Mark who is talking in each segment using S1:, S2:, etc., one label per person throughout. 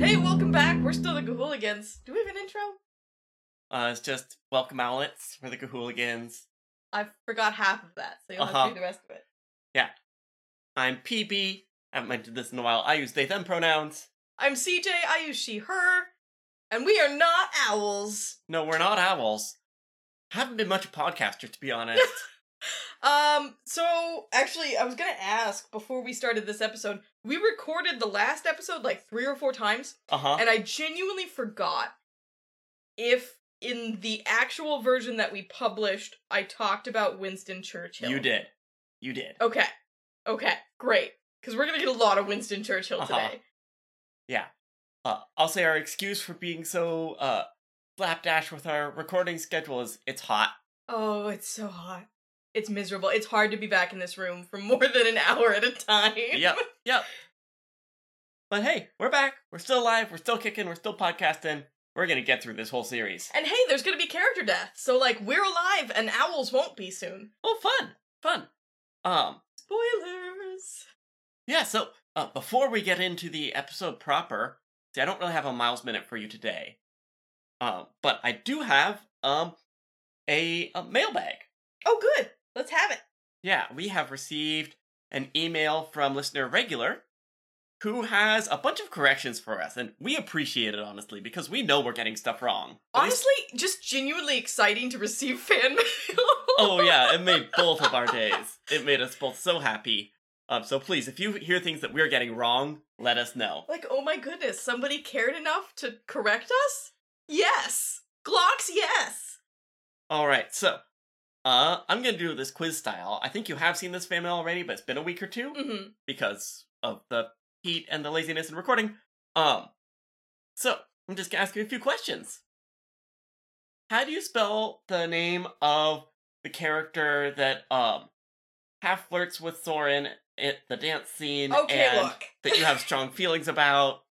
S1: Hey, welcome back. We're still the Gahooligans. Do we have an intro?
S2: Uh, it's just welcome outlets for the Kahooligans.
S1: I forgot half of that, so you'll have
S2: Uh-huh.
S1: to do the rest of it.
S2: I'm PB. I haven't mentioned this in a while. I use they them pronouns.
S1: I'm CJ. I use she, her, and we are not owls.
S2: No, we're not owls. Haven't been much a podcaster to be honest.
S1: Um, so actually, I was gonna ask before we started this episode. We recorded the last episode like three or four times,
S2: Uh huh.
S1: and I genuinely forgot if in the actual version that we published, I talked about Winston Churchill.
S2: You did. You did.
S1: Okay. Okay. Great. Because we're gonna get a lot of Winston Churchill
S2: Uh-huh.
S1: today.
S2: Uh, I'll say our excuse for being so uh slapdash with our recording schedule is it's hot.
S1: Oh, it's so hot. It's miserable. It's hard to be back in this room for more than an hour at a time.
S2: Yep. Yep. But hey, we're back. We're still alive. We're still kicking. We're still podcasting. We're gonna get through this whole series.
S1: And hey, there's gonna be character death. So like we're alive and owls won't be soon.
S2: Oh, fun, fun. Um,
S1: Spoilers.
S2: Yeah, so uh, before we get into the episode proper, see, I don't really have a Miles minute for you today, um, but I do have um a, a mailbag.
S1: Oh good. Let's have it.
S2: Yeah, we have received an email from listener regular, who has a bunch of corrections for us, and we appreciate it honestly because we know we're getting stuff wrong. At least-
S1: Honestly, just genuinely exciting to receive fan mail.
S2: oh yeah, it made both of our days. It made us both so happy. Um, so please, if you hear things that we're getting wrong, let us know.
S1: Like, oh my goodness, somebody cared enough to correct us? Yes. Glocks, yes.
S2: All right, so uh, I'm gonna do this quiz style. I think you have seen this fan mail already, but it's been a week or two
S1: Mm-hmm.
S2: because of the heat and the laziness in recording. Um, so I'm just gonna ask you a few questions. How do you spell the name of the character that um half flirts with Soren at the dance scene
S1: Okay,
S2: and
S1: look.
S2: that you have strong feelings about?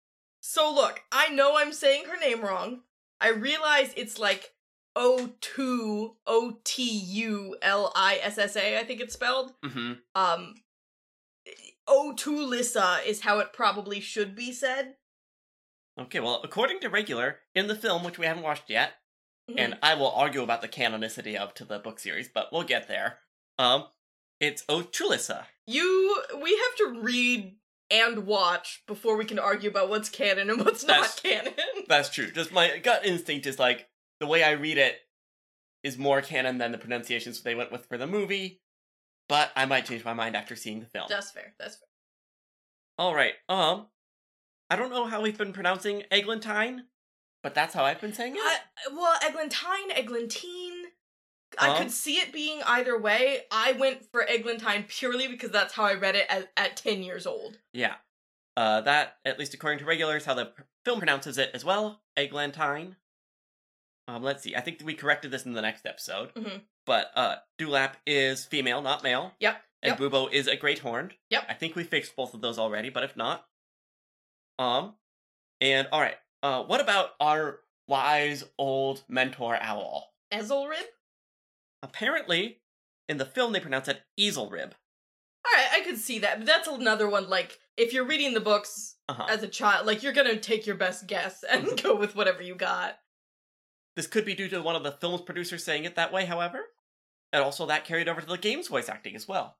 S1: So look, I know I'm saying her name wrong. I realize it's like O two O T U L I S S A. I think it's spelled.
S2: Mm-hmm.
S1: Um, O two Lissa is how it probably should be said.
S2: Okay, well, according to regular in the film, which we haven't watched yet.
S1: Mhm.
S2: and I will argue about the canonicity of to the book series, but we'll get there. Um, it's Otulissa.
S1: you, we have to read and watch before we can argue about what's canon and what's
S2: That's-
S1: not canon.
S2: That's true. Just my gut instinct is like the way I read it is more canon than the pronunciations they went with for the movie, but I might change my mind after seeing the film.
S1: That's fair. That's fair.
S2: All right. Um, I don't know how we've been pronouncing eglantine, but that's how I've been saying it.
S1: I, well, Eglantine, Eglantine. I
S2: Huh?
S1: could see it being either way. I went for Eglantine purely because that's how I read it at, at 10 years old.
S2: yeah. Uh, that at least according to regulars, how the p- film pronounces it as well. Eglantine. Um, let's see. I think we corrected this in the next episode.
S1: Mhm.
S2: But uh, Dewlap is female, not male.
S1: Yep,
S2: And
S1: yep.
S2: Bubo is a great horned.
S1: Yep.
S2: I think we fixed both of those already, but if not, um, and all right. Uh, what about our wise old mentor owl?
S1: Ezelrib?
S2: Apparently, in the film, they pronounce it Easelrib.
S1: Alright, I could see that. But that's another one, like, if you're reading the books
S2: Uh-huh.
S1: as a child, like, you're gonna take your best guess and go with whatever you got.
S2: This could be due to one of the film's producers saying it that way, however. And also that carried over to the game's voice acting as well.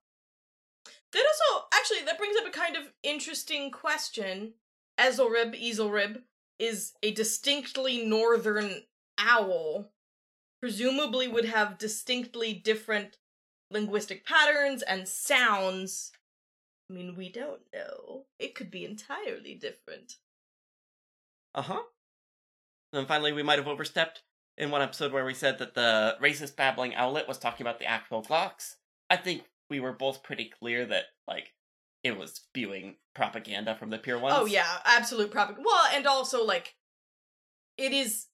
S1: That also, actually, that brings up a kind of interesting question. Ezelrib, Ezelrib, is a distinctly northern owl, presumably would have distinctly different linguistic patterns and sounds. I mean, we don't know. It could be entirely different.
S2: Uh-huh. And finally we might have overstepped in one episode where we said that the racist babbling owlet was talking about the actual Glocks. I think we were both pretty clear that, like, it was spewing propaganda from the pure ones.
S1: Oh yeah, absolute propaganda. Well, and also like it is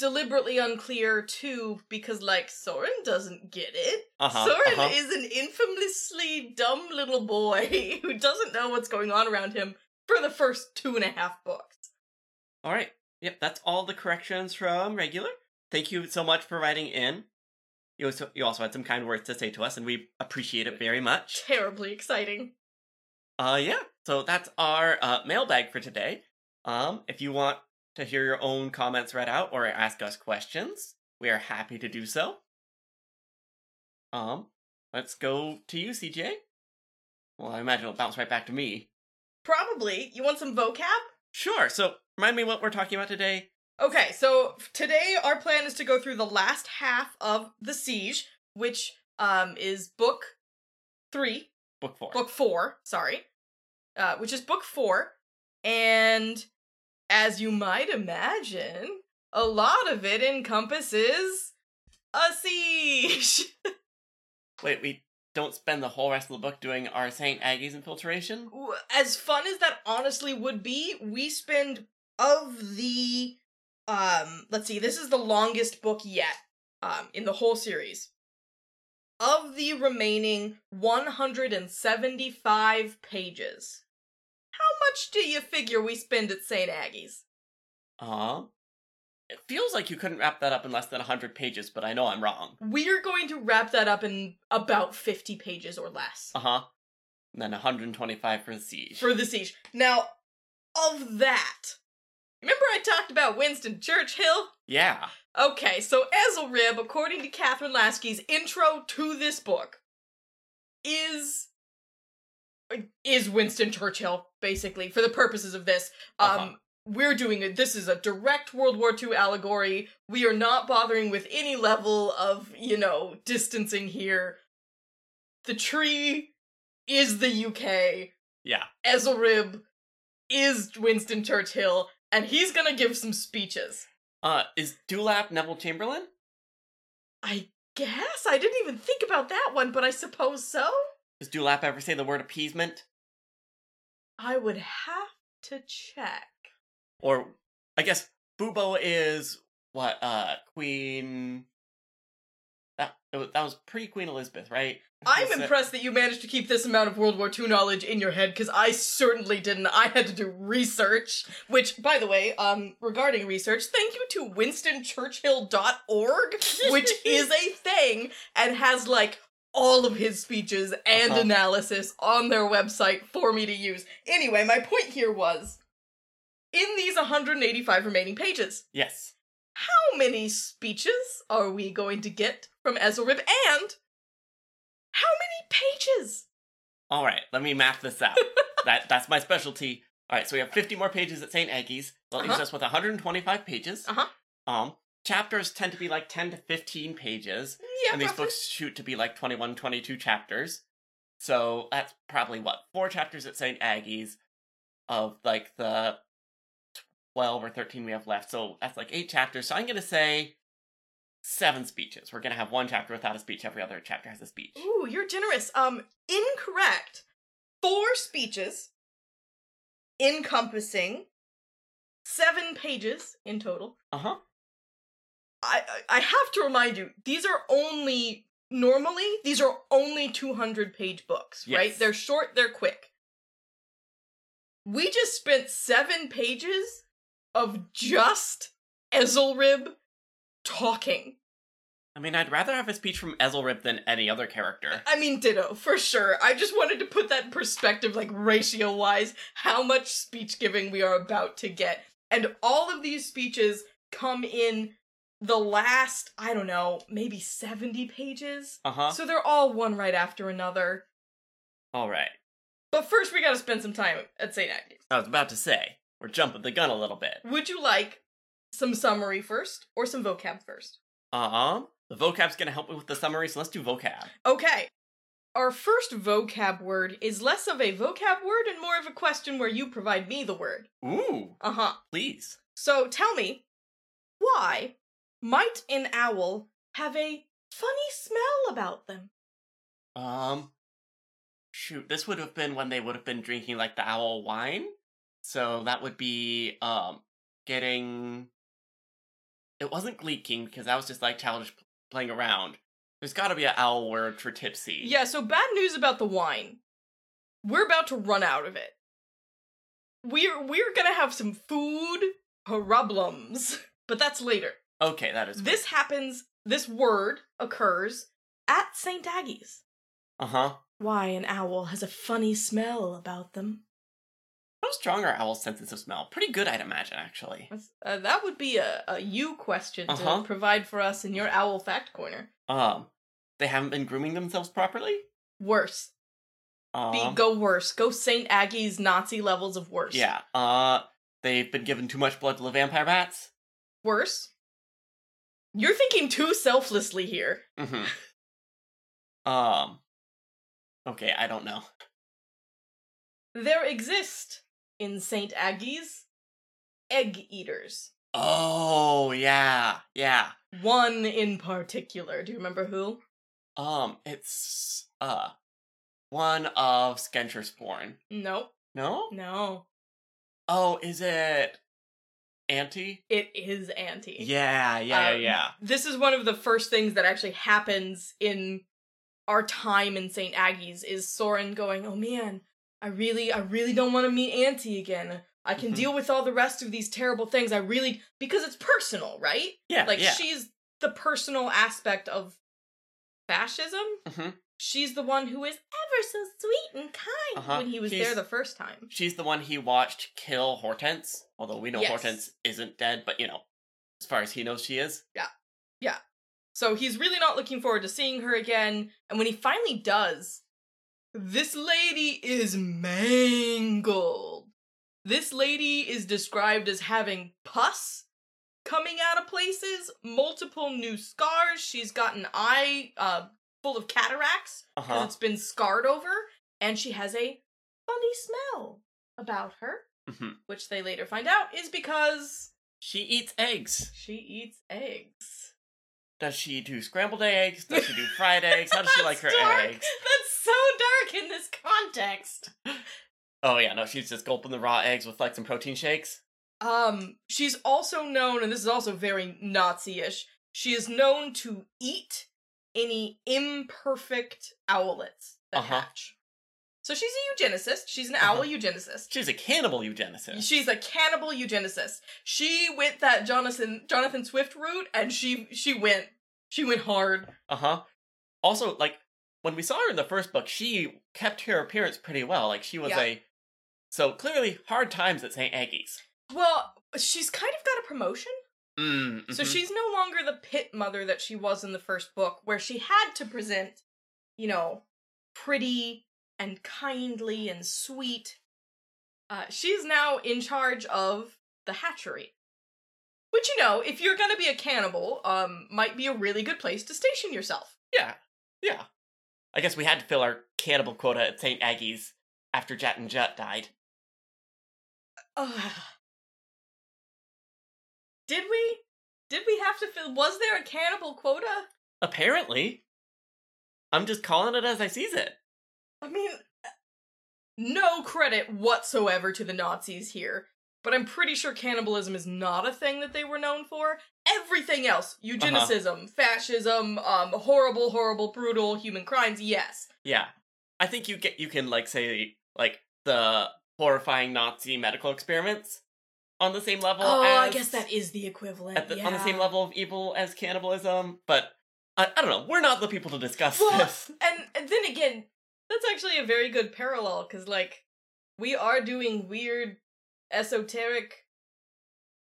S1: deliberately unclear too because like Soren doesn't get it.
S2: Uh-huh,
S1: Soren
S2: uh-huh.
S1: is an infamously dumb little boy who doesn't know what's going on around him for the first two and a half books.
S2: All right. Yep, that's all the corrections from regular. Thank you so much for writing in. You also you also had some kind words to say to us, and we appreciate it very much.
S1: Terribly exciting.
S2: Uh yeah. So that's our uh, mailbag for today. Um, if you want to hear your own comments read out or ask us questions, we are happy to do so. Um, let's go to you, CJ. Well, I imagine it'll bounce right back to me.
S1: Probably. You want some vocab?
S2: Sure. So remind me what we're talking about today.
S1: Okay, so f- today our plan is to go through the last half of The Siege, which um is book 3,
S2: Book four.
S1: book 4, sorry. Uh which is book 4 and as you might imagine, a lot of it encompasses a siege.
S2: Wait, we don't spend the whole rest of the book doing our St. Aggie's infiltration?
S1: w- as fun as that honestly would be, we spend of the um let's see, this is the longest book yet um in the whole series. Of the remaining 175 pages. How much do you figure we spend at St. Aggie's?
S2: Uh, it feels like you couldn't wrap that up in less than 100 pages, but I know I'm wrong.
S1: We're going to wrap that up in about 50 pages or less.
S2: Uh huh. And then 125 for the siege.
S1: for the siege. Now, of that, remember I talked about Winston Churchill?
S2: yeah.
S1: Okay, so Ezelrib, according to Catherine Lasky's intro to this book, is is Winston Churchill basically for the purposes of this. Um,
S2: Uh-huh.
S1: we're doing it. This is a direct World War II allegory. We are not bothering with any level of you know distancing here. The tree is the UK.
S2: Yeah.
S1: Ezelrib is Winston Churchill, and he's gonna give some speeches.
S2: Uh, is Dewlap Neville Chamberlain?
S1: I guess I didn't even think about that one, but I suppose so.
S2: Does Dewlap ever say the word appeasement?
S1: I would have to check.
S2: Or, I guess, Bubo is, what, uh, Queen. That, that was- that was pre Queen Elizabeth, right?
S1: I'm
S2: Was it-
S1: impressed that you managed to keep this amount of World War II knowledge in your head, because I certainly didn't. I had to do research, which, by the way, um, regarding research, thank you to WinstonChurchill.org, which is a thing and has like all of his speeches and
S2: Uh-huh.
S1: analysis on their website for me to use. Anyway, my point here was in these 185 remaining pages,
S2: Yes.
S1: how many speeches are we going to get from Ezelrib and how many pages?
S2: All right, let me map this out. that that's my specialty. All right, so we have 50 more pages at St. Aggie's. That leaves
S1: Uh-huh.
S2: us with 125 pages.
S1: Uh-huh.
S2: Um, chapters tend to be like 10 to 15 pages,
S1: Yeah,
S2: and these
S1: roughly.
S2: books shoot to be like 21, 22 chapters. So that's probably what four chapters at St. Aggie's of like the 12 or 13 we have left. So that's like eight chapters. So I'm gonna say seven speeches. We're gonna have one chapter without a speech. Every other chapter has a speech.
S1: Ooh, you're generous. Um, incorrect. Four speeches encompassing seven pages in total.
S2: Uh huh.
S1: I I- I have to remind you, these are only normally these are only 200 page books, right?
S2: Yes.
S1: They're short, they're quick. We just spent 7 pages of just Ezelrib talking.
S2: I mean, I'd rather have a speech from Ezelrib than any other character.
S1: I mean ditto for sure. I just wanted to put that in perspective like ratio wise how much speech giving we are about to get. And all of these speeches come in the last, I don't know, maybe 70 pages.
S2: Uh huh.
S1: So they're all one right after another.
S2: All right.
S1: But first, we gotta spend some time at St. Agnes.
S2: I was about to say, we're jumping the gun a little bit.
S1: Would you like some summary first or some vocab first?
S2: Uh huh. The vocab's gonna help me with the summary, so let's do vocab.
S1: Okay. Our first vocab word is less of a vocab word and more of a question where you provide me the word.
S2: Ooh,
S1: Uh huh.
S2: please.
S1: So tell me, why might an owl have a funny smell about them?
S2: Um, shoot, this would have been when they would have been drinking like the owl wine. So that would be um getting it wasn't gleeking because that was just like childish p- playing around. There's got to be an owl word for tipsy.
S1: Yeah, so bad news about the wine. We're about to run out of it. We're we're going to have some food problems, but that's later.
S2: Okay, that is
S1: This happens, this word occurs at St. Aggie's.
S2: Uh huh.
S1: Why an owl has a funny smell about them.
S2: How strong are owls' senses of smell? Pretty good, I'd imagine, actually.
S1: That's, uh, that would be a, a you question
S2: Uh-huh.
S1: to provide for us in your owl fact corner.
S2: Um, they haven't been grooming themselves properly.
S1: Worse.
S2: Um,
S1: Be, go worse. Go St. Aggie's Nazi levels of worse.
S2: Yeah. Uh, they've been given too much blood to the vampire bats.
S1: Worse. You're thinking too selflessly here.
S2: Mm-hmm. Um. Okay, I don't know.
S1: There exist in St. Aggie's egg eaters.
S2: Oh yeah, yeah.
S1: One in particular. Do you remember who?
S2: Um, it's uh, one of Skencher's born.
S1: No,
S2: No.
S1: no.
S2: Oh, is it Auntie?
S1: It is Auntie.
S2: Yeah, yeah,
S1: Um,
S2: yeah,
S1: This is one of the first things that actually happens in our time in St. Aggie's is Soren going, "Oh man, I really I really don't want to meet Auntie again. I can
S2: Mhm.
S1: deal with all the rest of these terrible things. I really because it's personal, right?
S2: yeah. Yeah,
S1: Like
S2: yeah.
S1: she's the personal aspect of fascism.
S2: Mhm.
S1: She's the one who is ever so sweet and kind
S2: Uh-huh.
S1: when he was
S2: She's-
S1: there the first time.
S2: She's the one he watched kill Hortense. Although we know
S1: Yes.
S2: Hortense isn't dead, but you know, as far as he knows, she is.
S1: So he's really not looking forward to seeing her again. And when he finally does, this lady is mangled. This lady is described as having pus coming out of places, multiple new scars. She's got an eye uh, full of cataracts
S2: Uh
S1: because
S2: huh.
S1: it's been scarred over, and she has a funny smell about her,
S2: hmm
S1: which they later find out is because
S2: She eats eggs.
S1: she eats eggs.
S2: Does she do scrambled eggs? Does she do fried eggs? How does she like her
S1: That's dark.
S2: eggs?
S1: That's so dark in this context.
S2: Oh yeah, no, she's just gulping the raw eggs with like some protein shakes.
S1: Um, she's also known, and this is also very Nazi-ish. She is known to eat any imperfect owlets that
S2: Uh-huh.
S1: hatch. So she's a eugenicist. She's an
S2: Uh-huh.
S1: owl eugenicist.
S2: She's a cannibal eugenicist.
S1: She's a cannibal eugenicist. She went that Jonathan Jonathan Swift route, and she she went she went hard.
S2: Uh huh. Also, like when we saw her in the first book, she kept her appearance pretty well. Like she was
S1: Yeah.
S2: a so clearly hard times at St. Aggie's.
S1: Well, she's kind of got a promotion.
S2: Mm.
S1: So
S2: mhm.
S1: she's no longer the pit mother that she was in the first book, where she had to present, you know, pretty and kindly and sweet. Uh, she's now in charge of the hatchery. Which, you know, if you're gonna be a cannibal, um, might be a really good place to station yourself.
S2: Yeah. Yeah. I guess we had to fill our cannibal quota at St. Aggie's after Jat and Jut died.
S1: Ugh. Did we? Did we have to fill? Was there a cannibal quota?
S2: Apparently. I'm just calling it as I sees it.
S1: I mean, no credit whatsoever to the Nazis here, but I'm pretty sure cannibalism is not a thing that they were known for. Everything else,
S2: Uh-huh.
S1: eugenicism, fascism, um, horrible, horrible, brutal human crimes, yes.
S2: Yeah. I think you get you can like say like the horrifying Nazi medical experiments on the same level
S1: oh,
S2: as
S1: I guess that is the equivalent.
S2: at the, on the
S1: yeah.
S2: same level of evil as cannibalism, but I, I don't know. We're not the people to discuss
S1: Well,
S2: this.
S1: And, and then again, that's actually a very good parallel because, like, we are doing weird, esoteric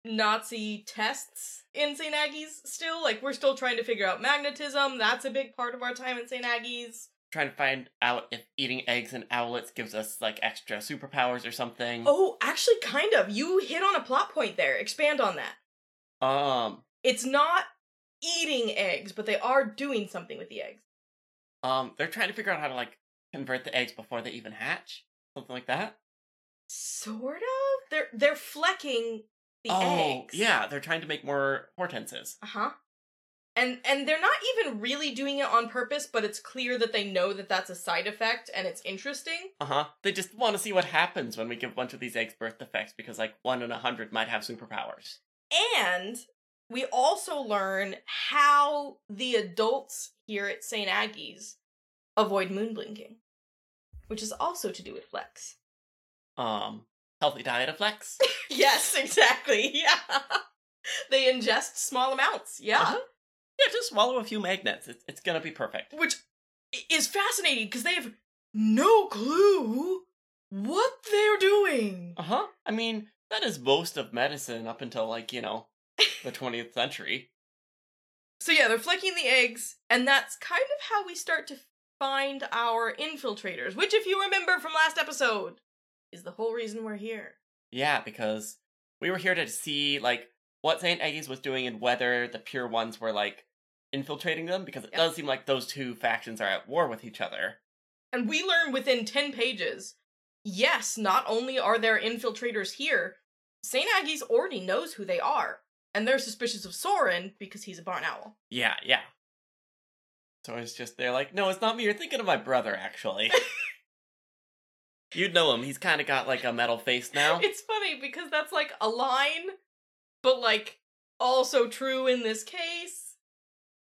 S1: Nazi tests in St. Aggie's still. Like, we're still trying to figure out magnetism. That's a big part of our time in St. Aggie's.
S2: Trying to find out if eating eggs and owlets gives us like extra superpowers or something.
S1: Oh, actually, kind of. You hit on a plot point there. Expand on that.
S2: Um
S1: It's not eating eggs, but they are doing something with the eggs.
S2: um they're trying to figure out how to like convert the eggs before they even hatch. Something like that.
S1: Sort of. They're they're flecking the
S2: oh,
S1: eggs.
S2: yeah, they're trying to make more hortenses.
S1: Uh huh. and and they're not even really doing it on purpose but it's clear that they know that that's a side effect and it's interesting
S2: Uh huh. They just want to see what happens when we give a bunch of these eggs birth defects because, like, one in a hundred might have superpowers.
S1: and we also learn how the adults here at st aggie's avoid moon blinking which is also to do with flex
S2: Um, healthy diet of flex.
S1: yes exactly yeah they ingest small amounts yeah
S2: Uh-huh. yeah, just swallow a few magnets. It's, it's gonna be perfect.
S1: which i- is fascinating because they have no clue what they're doing
S2: Uh huh. I mean, that is most of medicine up until, like, you know, the 20th century.
S1: So yeah, they're flicking the eggs, and that's kind of how we start to find our infiltrators, which, if you remember from last episode, is the whole reason we're here.
S2: Yeah, because we were here to see, like, what St. Aggie's was doing and whether the pure ones were, like, infiltrating them because it
S1: Yep.
S2: does seem like those two factions are at war with each other.
S1: And we learn within 10 pages yes, not only are there infiltrators here, St. Aggie's already knows who they are, and they're suspicious of Soren because he's a barn owl.
S2: Yeah, yeah. So it's just they're like, no, it's not me. You're thinking of my brother, actually. You'd know him. He's kind of got like a metal face now.
S1: It's funny because that's like a line, but like also true in this case.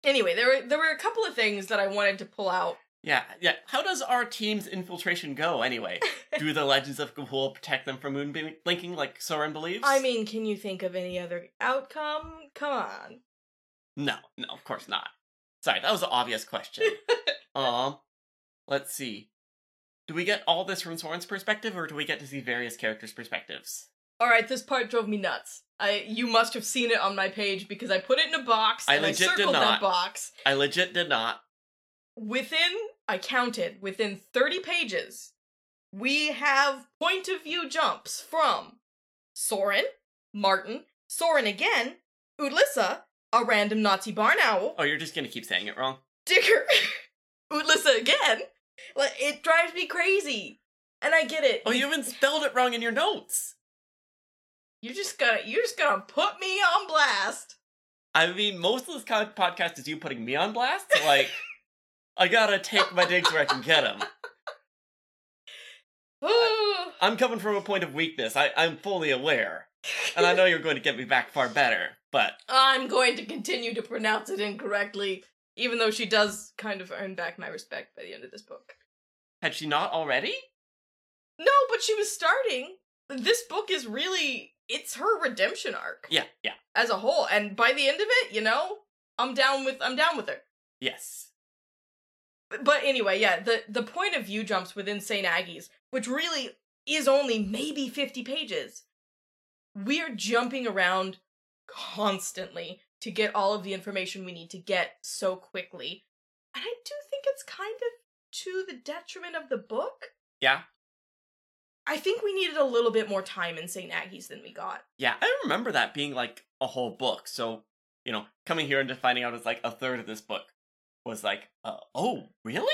S1: Anyway, there were, there were a couple of things that I wanted to pull out
S2: Yeah, yeah. How does our team's infiltration go anyway? Do the legends of Gahul protect them from moon bl- blinking like Soren believes?
S1: I mean, can you think of any other outcome? Come on.
S2: no, no, of course not. Sorry, that was an obvious question. um, let's see. Do we get all this from Soren's perspective, or do we get to see various characters' perspectives?
S1: All right, this part drove me nuts. I you must have seen it on my page because I put it in a box
S2: I
S1: and I
S2: legit did
S1: circled that
S2: not.
S1: box.
S2: I legit did not.
S1: Within I counted within 30 pages, we have point of view jumps from Soren, Martin, Soren again, Udlissa, a random Nazi barn owl,
S2: Oh, you're just gonna keep saying it wrong.
S1: Digger, Udlissa again. Like it drives me crazy. And I get it.
S2: Oh, you even spelled it wrong in your notes.
S1: You're just gonna you're just gonna put me on blast.
S2: I mean, most of this kind of podcast is you putting me on blast. so, Like, I gotta take my digs where I can get them.
S1: Ooh.
S2: I'm coming from a point of weakness. I, I'm fully aware, and I know you're going to get me back far better. But
S1: I'm going to continue to pronounce it incorrectly, even though she does kind of earn back my respect by the end of this book.
S2: had she not already?
S1: No, but she was starting. This book is really it's her redemption arc
S2: Yeah, yeah,
S1: as a whole, and by the end of it, you know, I'm down with I'm down with her.
S2: yes.
S1: but anyway, yeah, the the point of view jumps within St. Aggie's, which really is only maybe 50 pages. We're jumping around constantly to get all of the information we need to get so quickly. And I do think it's kind of to the detriment of the book.
S2: Yeah.
S1: I think we needed a little bit more time in St. Aggie's than we got.
S2: Yeah, I remember that being like a whole book. So, you know, coming here and to finding out it's like a third of this book was like, uh, oh, really?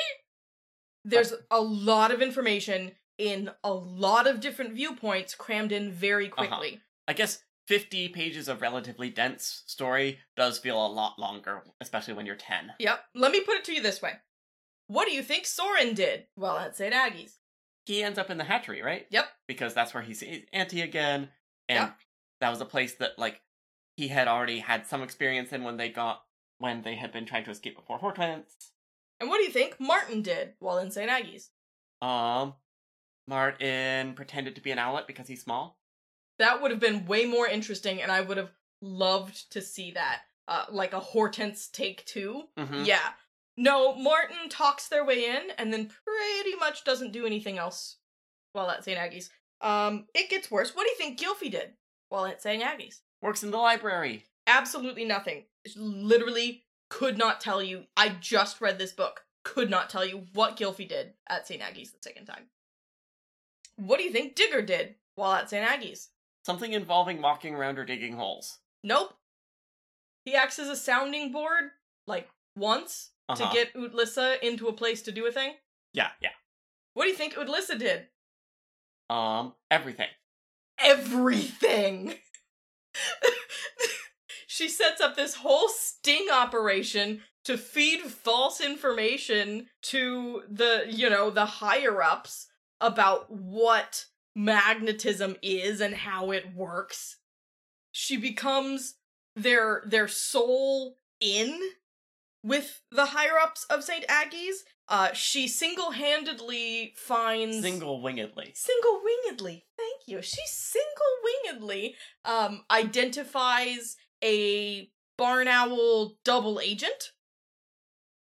S1: There's a lot of information in a lot of different viewpoints crammed in very
S2: Uh-huh.
S1: quickly.
S2: I guess 50 pages of relatively dense story does feel a lot longer, especially when you're 10.
S1: Yep. Let me put it to you this way. What do you think Soren did while at St. Aggie's?
S2: he ends up in the hatchery, right?
S1: Yep.
S2: Because that's where he sees Auntie again, and
S1: Yeah.
S2: that was a place that like he had already had some experience in when they got when they had been trying to escape before Hortense.
S1: And what do you think Martin did while in St. Aggie's?
S2: Um, Martin pretended to be an owlet because he's small.
S1: That would have been way more interesting, and I would have loved to see that. Uh, like a Hortense take 2
S2: Mm-hmm.
S1: Yeah. No, Martin talks their way in and then pretty much doesn't do anything else while at St. Aggie's. Um, it gets worse. What do you think Gilfy did while at St. Aggie's?
S2: Works in the library.
S1: absolutely nothing. Literally could not tell you. I just read this book. Could not tell you what Gilfy did at St. Aggie's the second time. What do you think Digger did while at St. Aggie's?
S2: Something involving walking around or digging holes.
S1: Nope. He acts as a sounding board, like once,
S2: Uh-huh.
S1: to get Udlissa into a place to do a thing.
S2: yeah, yeah.
S1: What do you think Udlissa did?
S2: Um, everything.
S1: Everything! she sets up this whole sting operation to feed false information to the, you know, the higher ups about what magnetism is and how it works. She becomes their their sole in with the higher ups of St. Aggie's. Uh, she single handedly finds
S2: Single wingedly.
S1: single wingedly thank you she single wingedly um identifies a barn owl double agent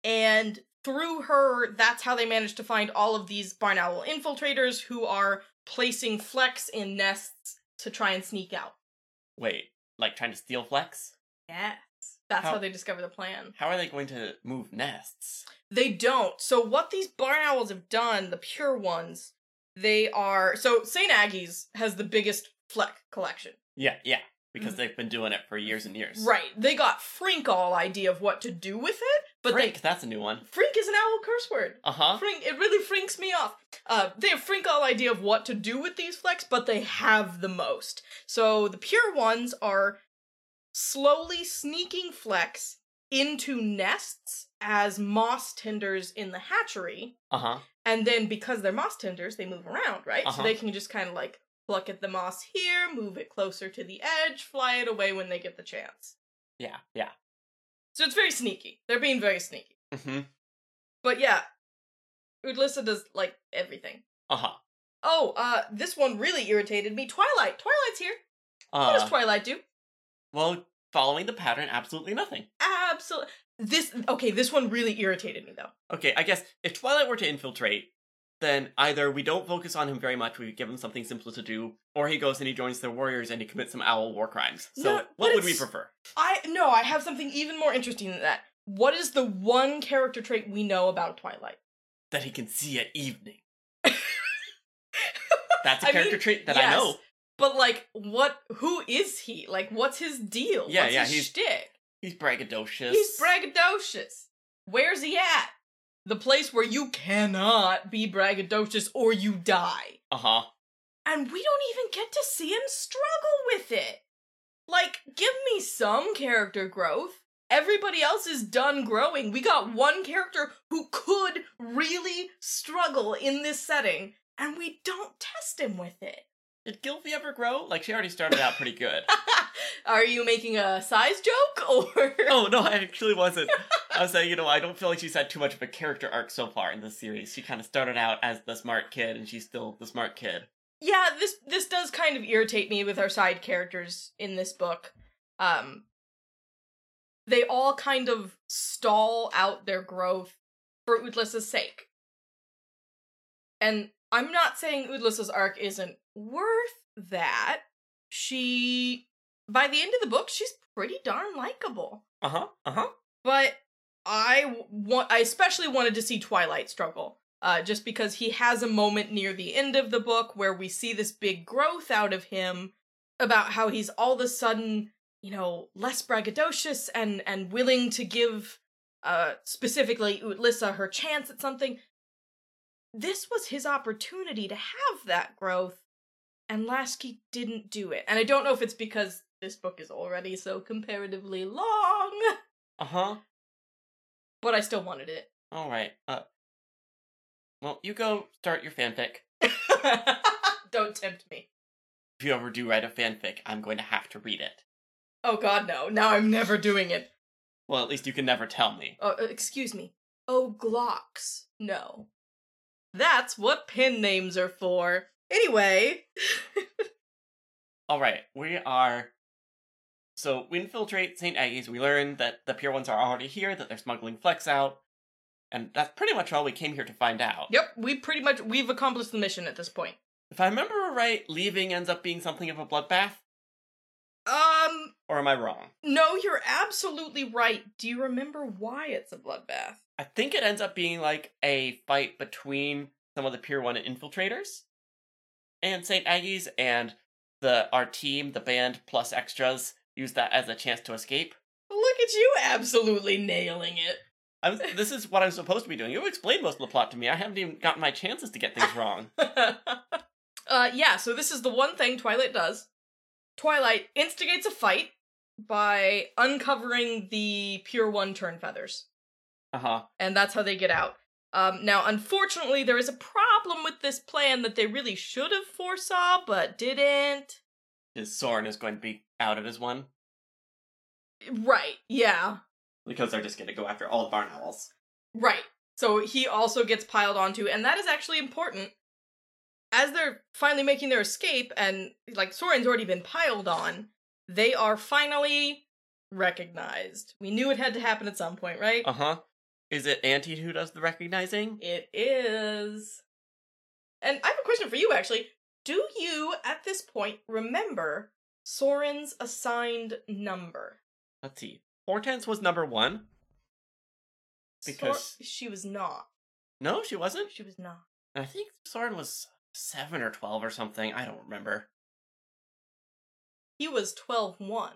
S1: and through her that's how they manage to find all of these barn owl infiltrators who are placing flex in nests to try and sneak out
S2: Wait, like trying to steal flex?
S1: yes that's how
S2: How-
S1: they discover the plan
S2: How are they going to move nests?
S1: They don't. So what these barn owls have done, the pure ones, they are so St. Aggie's has the biggest Fleck collection.
S2: Yeah, yeah. Because
S1: Mm.
S2: they've been doing it for years and years.
S1: Right. They got Frink all idea of what to do with it, but
S2: Frink, that's a new one.
S1: they Frink is an owl curse word.
S2: Uh huh.
S1: Frink it really frinks me off. Uh they have Frink all idea of what to do with these flecks, but they have the most. So the pure ones are slowly sneaking flecks into nests as moss tenders in the hatchery.
S2: Uh huh.
S1: And then because they're moss tenders, they move around, right? So
S2: Uh-huh.
S1: they can just kind of like pluck at the moss here, move it closer to the edge, fly it away when they get the chance.
S2: Yeah, yeah.
S1: So it's very sneaky. They're being very sneaky.
S2: Mm hmm.
S1: But yeah, Udlissa does like everything.
S2: Uh huh.
S1: Oh, uh, this one really irritated me. Twilight. Twilight's here. What
S2: Uh,
S1: does Twilight do?
S2: well, following the pattern, absolutely nothing.
S1: Absolutely. This okay. This one really irritated me though.
S2: Okay, I guess if Twilight were to infiltrate, then either we don't focus on him very much, we give him something simpler to do, or he goes and he joins the warriors and he commits some owl war crimes. So,
S1: No, but
S2: what would we
S1: it's-
S2: prefer?
S1: I no. I have something even more interesting than that. What is the one character trait we know about Twilight?
S2: That he can see at evening. That's a
S1: I
S2: character
S1: mean,
S2: trait that I
S1: yes.
S2: know.
S1: But like, what? Who is he? Like, what's his deal?
S2: Yeah,
S1: what's
S2: yeah,
S1: His
S2: he's-
S1: shtick?
S2: He's braggadocious.
S1: He's braggadocious. Where's he at? The place where you cannot be braggadocious or you die.
S2: Uh huh.
S1: And we don't even get to see him struggle with it. Like, give me some character growth. Everybody else is done growing. We got one character who could really struggle in this setting, and we don't test him with it.
S2: Did Gilfie ever grow? Like, she already started out pretty good.
S1: Are you making a size joke or
S2: oh, no, I actually wasn't. I was saying, you know, I don't feel like she's had too much of a character arc so far in this series. She kind of started out as the smart kid, and she's still the smart kid.
S1: Yeah, this this does kind of irritate me with our side characters in this book. Um they all kind of stall out their growth for Udlissa's sake. And I'm not saying Udlissa's arc isn't worth that. She by the end of the book, she's pretty darn likable.
S2: Uh huh. Uh huh.
S1: but I want I especially wanted to see Twilight struggle. Uh, just because he has a moment near the end of the book where we see this big growth out of him about how he's all of a sudden, you know, less braggadocious and and willing to give uh specifically Utlissa her chance at something. This was his opportunity to have that growth, and Lasky didn't do it. And I don't know if it's because this book is already so comparatively long.
S2: Uh huh.
S1: but I still wanted it.
S2: All right. Uh, well, you go start your fanfic.
S1: Don't tempt me.
S2: If you ever do write a fanfic, I'm going to have to read it.
S1: Oh God, no! Now I'm never doing it.
S2: Well, at least you can never tell me.
S1: Oh, uh, excuse me. Oh, Glocks. No, that's what pin names are for. Anyway,
S2: All right, we are. So we infiltrate St. Aggie's. We learn that the pure ones are already here, that they're smuggling Flex out, and that's pretty much all we came here to find out.
S1: yep, we pretty much we've accomplished the mission at this point.
S2: If I remember right, leaving ends up being something of a bloodbath,
S1: Um,
S2: or am I wrong?
S1: no, you're absolutely right. Do you remember why it's a bloodbath?
S2: I think it ends up being like a fight between some of the Pier One infiltrators and St. Aggie's, and the our team, the band plus extras, use that as a chance to escape.
S1: Look at you, absolutely nailing it.
S2: I was, this is what I'm supposed to be doing. You explained most of the plot to me. I haven't even gotten my chances to get things wrong.
S1: uh, yeah, so this is the one thing Twilight does. Twilight instigates a fight by uncovering the pure one turn feathers,
S2: Uh huh.
S1: and that's how they get out. Um, now, unfortunately, there is a problem with this plan that they really should have foresaw but didn't.
S2: Is Soren is going to be outed as one
S1: Right? Yeah.
S2: because they're just going to go after all the barn owls.
S1: Right. So he also gets piled onto, and that is actually important. As they're finally making their escape, and like Soren's already been piled on, they are finally recognized. We knew it had to happen at some point, right?
S2: Uh huh. Is it Auntie who does the recognizing?
S1: It is. And I have a question for you, actually. Do you, at this point, remember Soren's assigned number?
S2: Let's see. Hortense was number one.
S1: Sor-
S2: Because-
S1: she was not.
S2: No, she wasn't.
S1: She was not.
S2: I think Soren was seven or twelve or something. I don't remember.
S1: He was 12 1.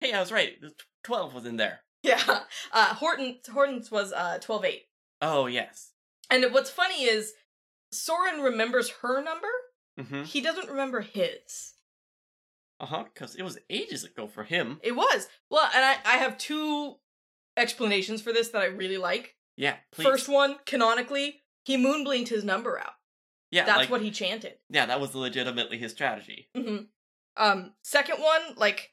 S2: Hey, I was right. The tw- Twelve was in there.
S1: Yeah. Uh Horton Horton's was uh 12 8.
S2: Oh yes.
S1: And what's funny is Soren remembers her number.
S2: Mm-hmm.
S1: He doesn't remember his.
S2: Uh huh. Because it was ages ago for him.
S1: It was. Well, and I, I have two explanations for this that I really like.
S2: Yeah. Please.
S1: First one, canonically, he moonblinked his number out.
S2: Yeah.
S1: That's
S2: like-
S1: what he chanted.
S2: Yeah, that was legitimately his strategy.
S1: hmm Um, second one, like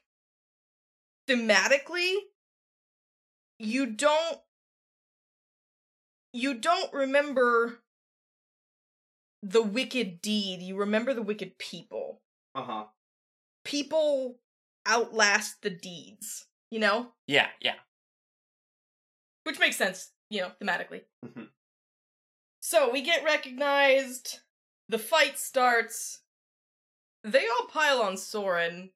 S1: thematically, you don't you don't remember the wicked deed. You remember the wicked people.
S2: Uh huh.
S1: People outlast the deeds. You know,
S2: Yeah. Yeah.
S1: which makes sense. You know, thematically.
S2: Mhm.
S1: So we get recognized. The fight starts. They all pile on Soren,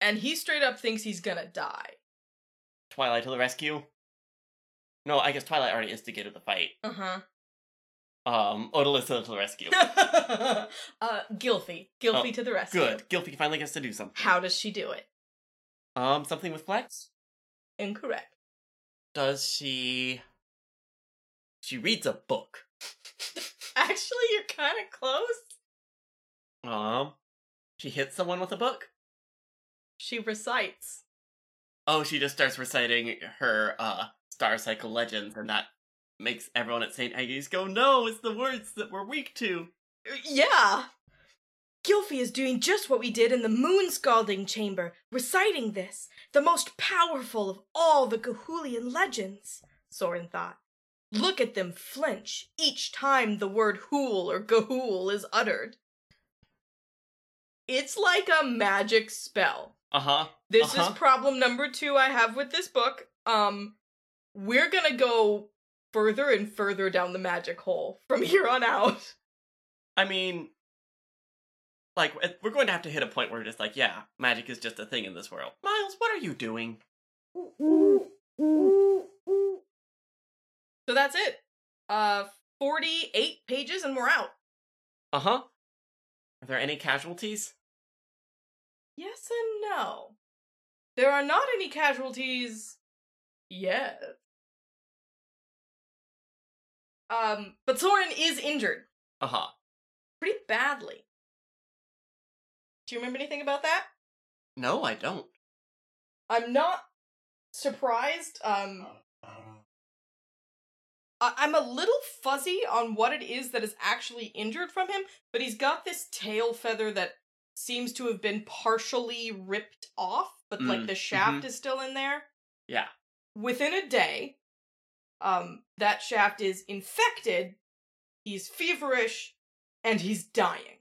S1: and he straight up thinks he's gonna die.
S2: Twilight to the rescue. No, I guess Twilight already instigated the fight.
S1: Uh
S2: Um, Odalissa to the rescue.
S1: huh. uh, Gilfy, Gilfy
S2: Uh-huh. Oh,
S1: to the rescue.
S2: Good. Gilfy finally gets to do something.
S1: How does she do it?
S2: Um, something with flex.
S1: Incorrect.
S2: Does she? She reads a book.
S1: Actually, you're kind of close.
S2: Um, she hits someone with a book.
S1: She recites.
S2: Oh, she just starts reciting her uh Star Cycle legends, and that makes everyone at St. Agnes go, "No, it's the words that we're weak to."
S1: Yeah. Gilfy is doing just what we did in the moon scalding chamber, reciting this, the most powerful of all the Gahulian legends, Soren thought. Look at them flinch each time the word hool or gahul is uttered. It's like a magic spell.
S2: Uh huh.
S1: This
S2: Uh-huh.
S1: is problem number two I have with this book. Um, we're gonna go further and further down the magic hole from here on out.
S2: I mean, like it- we're going to have to hit a point where we're just like, yeah, magic is just a thing in this world. Miles, what are you doing?
S1: So that's it. Uh, 48 pages and we're out.
S2: Uh
S1: Uh-huh.
S2: huh. Are there any casualties?
S1: Yes and no. There are not any casualties yet. Um, but Soren is injured
S2: Uh huh.
S1: pretty badly. Do you remember anything about that?
S2: No, I don't.
S1: I'm not surprised. Um, I- I'm a little fuzzy on what it is that is actually injured from him, but he's got this tail feather that seems to have been partially ripped off, but like
S2: Mm,
S1: the shaft is still in there.
S2: Yeah.
S1: Within a day, um, that shaft is infected, he's feverish, and he's dying.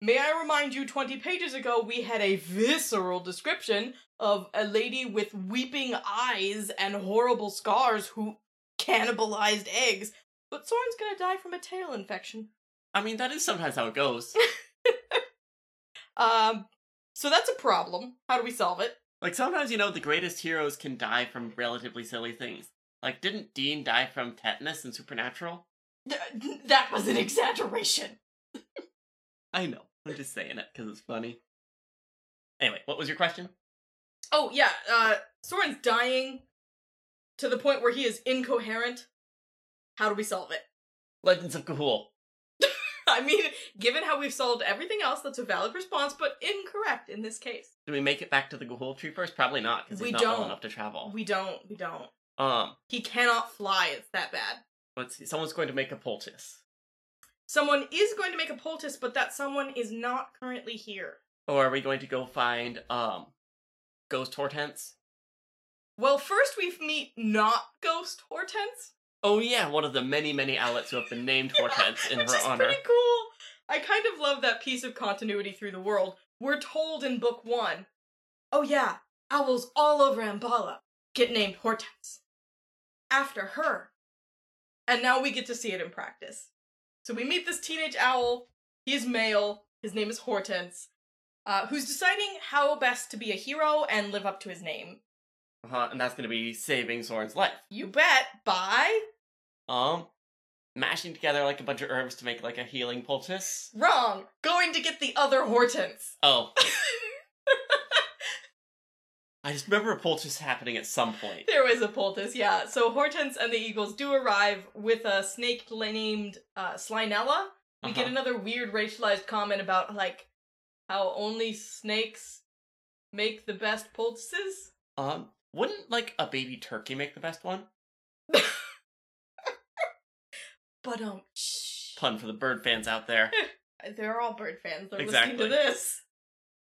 S1: May I remind you, 20 pages ago, we had a visceral description of a lady with weeping eyes and horrible scars who cannibalized eggs, but Soren's gonna die from a tail infection.
S2: I mean, that is sometimes how it goes.
S1: Um, so that's a problem. How do we solve it?
S2: like sometimes you know the greatest heroes can die from relatively silly things. Like didn't Dean die from tetanus in Supernatural?
S1: Th- that was an exaggeration.
S2: I know. I'm just saying it because it's funny. Anyway, what was your question?
S1: Oh, yeah, uh, Soren's dying to the point where he is incoherent. How do we solve it?
S2: Legends of Cahul.
S1: I mean, given how we've solved everything else, that's a valid response, but incorrect in this case.
S2: Do we make it back to the Gahul tree first? Probably not, because
S1: We
S2: he's not well
S1: don't.
S2: enough to travel.
S1: We don't. We don't.
S2: um,
S1: He cannot fly. It's that bad.
S2: let's see. Someone's going to make a poultice.
S1: Someone is going to make a poultice, but that someone is not currently here.
S2: Or are we going to go find um ghost hortense?
S1: Well, first we meet not Ghost Hortense,
S2: Oh yeah, one of the many, many outlets who have been named Hortense in
S1: which
S2: her
S1: is
S2: honor.
S1: pretty cool. I kind of love that piece of continuity through the world. We're told in book one, oh yeah, owls all over Ambala get named Hortense after her, and now we get to see it in practice. So we meet this teenage owl. He is male. His name is Hortense, uh, who's deciding how best to be a hero and live up to his name.
S2: Uh-huh, and that's going to be saving Soren's life.
S1: You bet. Bye.
S2: Um, mashing together like a bunch of herbs to make like a healing poultice.
S1: Wrong. Going to get the other Hortense.
S2: Oh, I just remember a poultice happening at some point.
S1: there was a poultice, yeah. So Hortense and the Eagles do arrive with a snake named uh, Slinella. We get
S2: Uh-huh.
S1: another weird racialized comment about like how only snakes make the best poultices.
S2: Um, wouldn't like a baby turkey make the best one?
S1: But um, shh.
S2: Pun for the bird fans out there.
S1: they're all bird fans. They're
S2: Exactly.
S1: listening to this.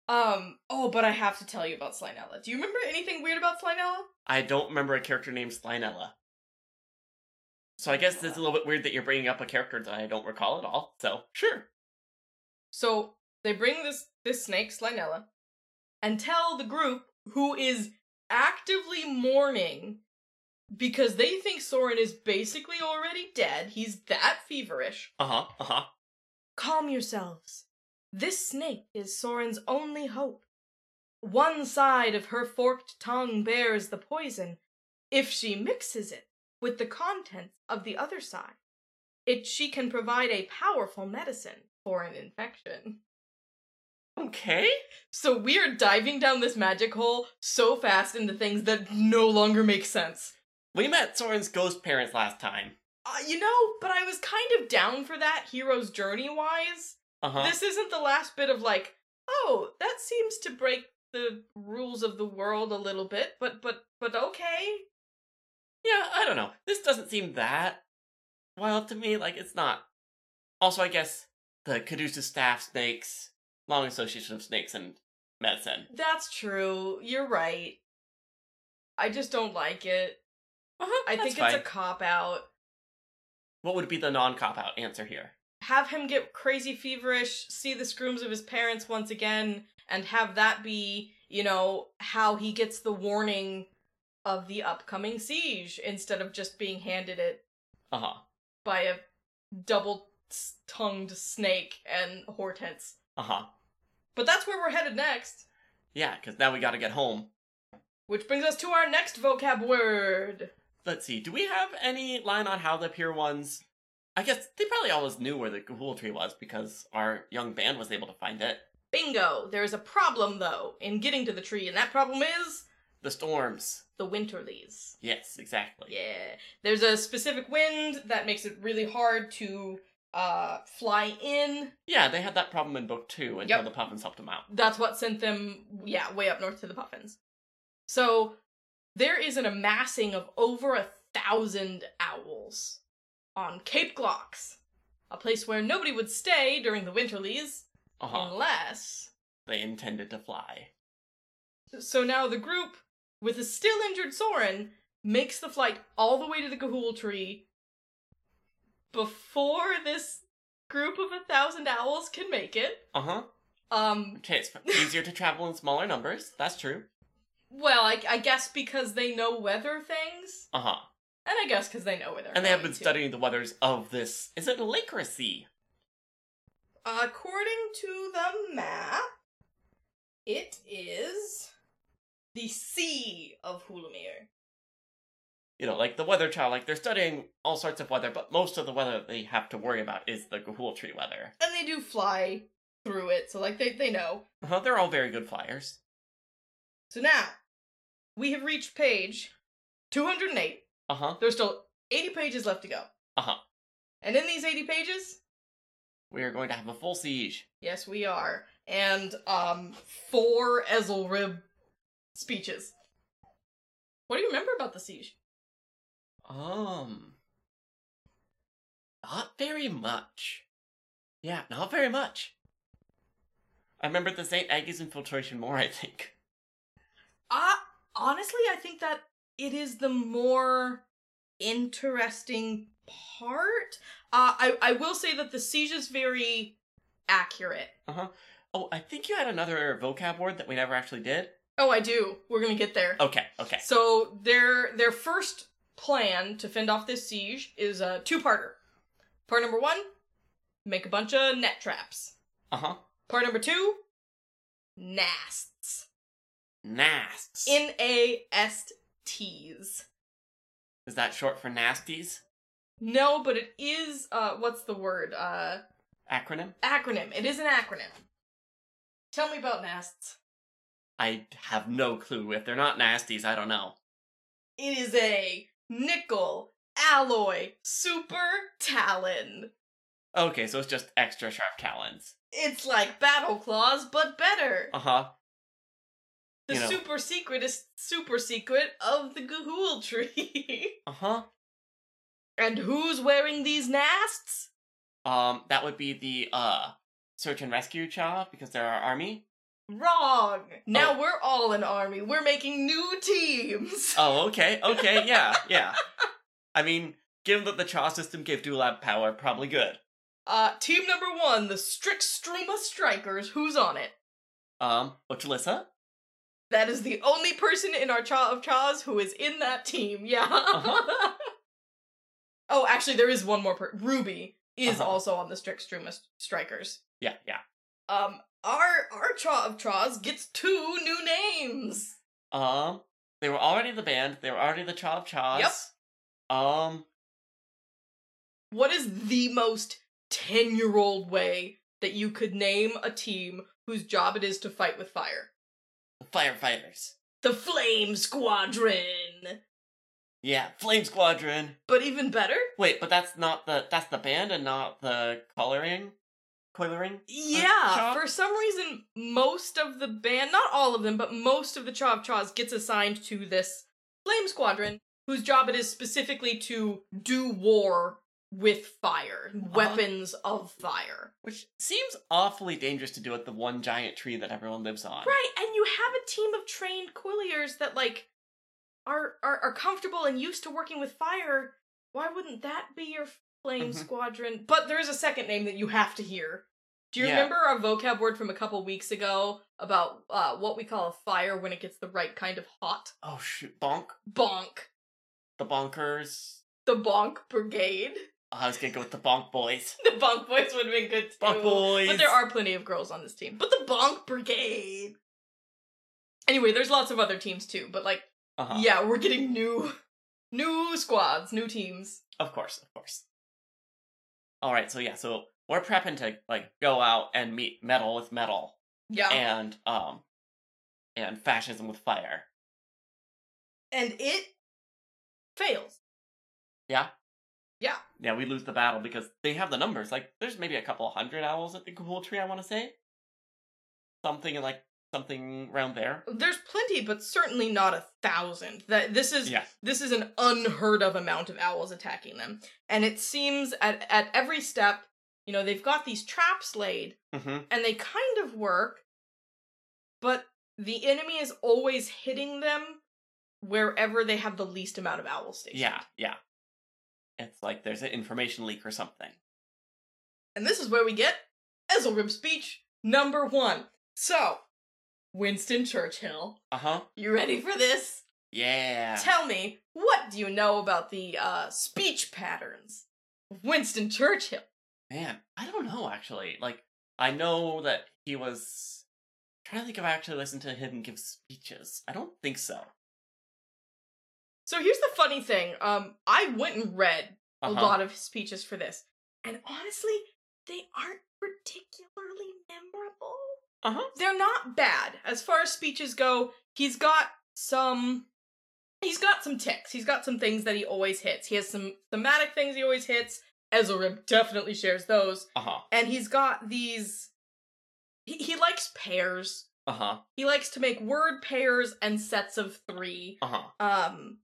S1: Um. Oh, but I have to tell you about Slinella. Do you remember anything weird about Slinella?
S2: I don't remember a character named Slinella. So I guess it's a little bit weird that you're bringing up a character that I don't recall at all. So sure.
S1: So they bring this this snake Slinella and tell the group who is actively mourning because they think Soren is basically already dead. He's that feverish.
S2: Uh huh. Uh huh.
S1: Calm yourselves. This snake is Soren's only hope. One side of her forked tongue bears the poison. If she mixes it with the contents of the other side, it she can provide a powerful medicine for an infection.
S2: Okay.
S1: So we're diving down this magic hole so fast into things that no longer make sense.
S2: We met Soren's ghost parents last time.
S1: Uh, you know, but I was kind of down for that hero's journey wise.
S2: Uh huh.
S1: This isn't the last bit of like, oh, that seems to break the rules of the world a little bit, but but but okay.
S2: Yeah, I don't know. This doesn't seem that wild to me. Like it's not. Also, I guess the Caduceus staff snakes, long association of snakes and medicine.
S1: That's true. You're right. I just don't like it.
S2: Uh-huh,
S1: I
S2: that's
S1: think
S2: fine.
S1: it's a cop out.
S2: What would be the non cop out answer here?
S1: have him get crazy feverish, see the screams of his parents once again, and have that be, you know, how he gets the warning of the upcoming siege instead of just being handed it
S2: Uh huh.
S1: by a double s- tongued snake and Hortense.
S2: Uh huh.
S1: But that's where we're headed next,
S2: Yeah, because now we got to get home.
S1: which brings us to our next vocab word.
S2: Let's see. Do we have any line on how the Pier ones? I guess they probably always knew where the Ghoul tree was because our young band was able to find it.
S1: Bingo! There is a problem, though, in getting to the tree, and that problem is
S2: The storms.
S1: the Winterlies.
S2: Yes, exactly.
S1: Yeah. There's a specific wind that makes it really hard to uh fly in.
S2: Yeah, they had that problem in book two until
S1: Yep.
S2: the Puffins helped them out.
S1: That's what sent them yeah, way up north to the puffins. So there is an amassing of over a thousand owls on Cape Glocks, a place where nobody would stay during the winterlies
S2: Uh
S1: Mm.
S2: huh.
S1: unless
S2: They intended to fly.
S1: So now the group, with a still injured Soren, makes the flight all the way to the Gahul tree before this group of a thousand owls can make it.
S2: Uh huh.
S1: Um,
S2: Okay, it's easier to travel in smaller numbers. That's true.
S1: well, I, I guess because they know weather things,
S2: Uh huh.
S1: and I guess because they know where they're
S2: And they have
S1: going
S2: been
S1: to.
S2: studying the weathers of this. Is it Lycracy?
S1: According to the map, it is the Sea of Hulumir.
S2: You know, like the weather child, like they're studying all sorts of weather, but most of the weather they have to worry about is the Gahul tree weather.
S1: And they do fly through it, so like they, they know.
S2: Uh-huh, they're all very good flyers.
S1: So now, we have reached page 208.
S2: Uh huh.
S1: There's still 80 pages left to go.
S2: Uh huh.
S1: And in these 80 pages,
S2: We are going to have a full siege.
S1: Yes, we are. And um four Ezelrib speeches. What do you remember about the siege?
S2: Um, not very much. Yeah, not very much. I remember the St. Aggie's infiltration more, I think.
S1: Uh honestly, I think that it is the more interesting part. Uh I I will say that the siege is very accurate.
S2: Oh, I think you had another vocab word that we never actually did.
S1: Oh, I do. We're going to get there.
S2: Okay, okay.
S1: So their their first plan to fend off this siege is a two-parter. Part number 1, make a bunch of net traps.
S2: Uh huh.
S1: Part number 2, nasts.
S2: Nasts.
S1: N A S Ts.
S2: Is that short for nasties?
S1: No, but it is uh what's the word? Uh
S2: Acronym?
S1: acronym. It is an acronym. Tell me about nasts.
S2: I have no clue. If they're not nasties, I don't know.
S1: It is a nickel alloy super talon.
S2: Okay, so it's just extra sharp talons.
S1: It's like battle claws, but better.
S2: Uh huh.
S1: The
S2: you know.
S1: super secret is super secret of the Gahul tree.
S2: Uh huh.
S1: and who's wearing these nasts?
S2: Um, that would be the uh search and rescue child because they're our army.
S1: Wrong. Now we're all an army. We're making new teams.
S2: Oh, okay, okay, yeah, yeah. I mean, given that the Chaw system gave Dulab power, probably good.
S1: Uh, team number one, the Strixtruma Strikers. Who's on it?
S2: Um, Ochalissa?
S1: That is the only person in our Cha of Chas who is in that team. Yeah.
S2: Uh-huh.
S1: oh, actually, there is one more. Per- Ruby is
S2: Uh-huh.
S1: also on the Strixtruma s- Strikers.
S2: Yeah, yeah.
S1: Um, our our Cha of Chas gets two new names.
S2: Um, they were already the band. They were already the Chaw of Chaws. Yep. Um,
S1: What is the most ten year old way that you could name a team whose job it is to fight with fire?
S2: the firefighters.
S1: The Flame Squadron.
S2: Yeah, Flame Squadron.
S1: But even better,
S2: Wait, but that's not the that's the band and not the coloring, coilering.
S1: Yeah,
S2: Chav?
S1: for some reason, most of the band, not all of them, but most of the Chav Chaws gets assigned to this Flame Squadron, whose job it is specifically to do war with fire, weapons of fire.
S2: Which seems awfully dangerous to do at the one giant tree that everyone lives on.
S1: Right, and you have a team of trained coiliers that, like, are, are, are comfortable and used to working with fire. Why wouldn't that be your Flame
S2: Mhm.
S1: Squadron? But there is a second name that you have to hear. Do you
S2: Yeah.
S1: remember our vocab word from a couple weeks ago about uh, what we call a fire when it gets the right kind of hot?
S2: Oh shoot, bonk
S1: Bonk.
S2: the bonkers.
S1: The Bonk Brigade.
S2: I was gonna go with the bonk boys.
S1: The Bonk Boys would have been good too.
S2: Bonk boys.
S1: But there are plenty of girls on this team. But the Bonk Brigade. Anyway, there's lots of other teams too, but like,
S2: Uh-huh.
S1: yeah, we're getting new, new squads, new teams.
S2: Of course, of course. All right, so yeah, so we're prepping to like go out and meet metal with metal
S1: Yeah.
S2: and um and fascism with fire.
S1: and it fails.
S2: Yeah, we lose the battle because they have the numbers. Like, there's maybe a couple hundred owls at the Ghoul Tree. I want to say something like something around there.
S1: There's plenty, but certainly not a thousand. That this is
S2: Yeah,
S1: This is an unheard of amount of owls attacking them. And it seems at, at every step, you know, they've got these traps laid
S2: hmm
S1: and they kind of work, but the enemy is always hitting them wherever they have the least amount of owl stations.
S2: yeah, yeah. It's like there's an information leak or something.
S1: And this is where we get Ezelrib speech number one. So, Winston Churchill,
S2: Uh huh.
S1: you ready for this?
S2: Yeah.
S1: Tell me, what do you know about the uh, speech patterns of Winston Churchill?
S2: Man, I don't know actually. Like, I know that he was trying to think if I actually listened to him give speeches. I don't think so.
S1: So here's the funny thing. Um, I went and read a
S2: Uh-huh.
S1: lot of his speeches for this, and honestly, they aren't particularly memorable.
S2: Uh-huh.
S1: They're not bad as far as speeches go. He's got some. He's got some ticks. He's got some things that he always hits. He has some thematic things he always hits, Ezelrib definitely shares those.
S2: Uh huh.
S1: And he's got these. He, he likes pairs.
S2: Uh huh.
S1: He likes to make word pairs and sets of three.
S2: Uh huh.
S1: Um,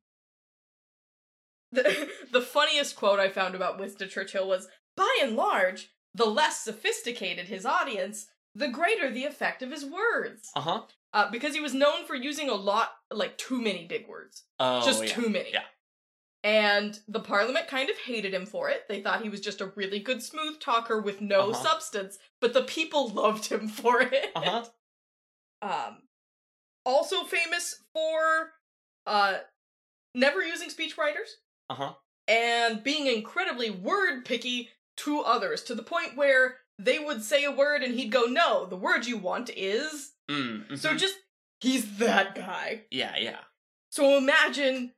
S1: the, the funniest quote I found about Winston Churchill was By and large, the less sophisticated his audience, the greater the effect of his words.
S2: Uh huh.
S1: Uh, because he was known for using a lot, like too many big words.
S2: Oh,
S1: just
S2: yeah.
S1: too many.
S2: Yeah.
S1: And the parliament kind of hated him for it. They thought he was just a really good smooth talker with no
S2: Uh-huh.
S1: substance, but the people loved him for it.
S2: Uh huh.
S1: Um, also famous for uh, never using speechwriters
S2: Uh huh.
S1: and being incredibly word picky to others to the point where they would say a word and he'd go, "No, the word you want is."
S2: Mm. mhm.
S1: So just he's that guy.
S2: yeah, yeah.
S1: So imagine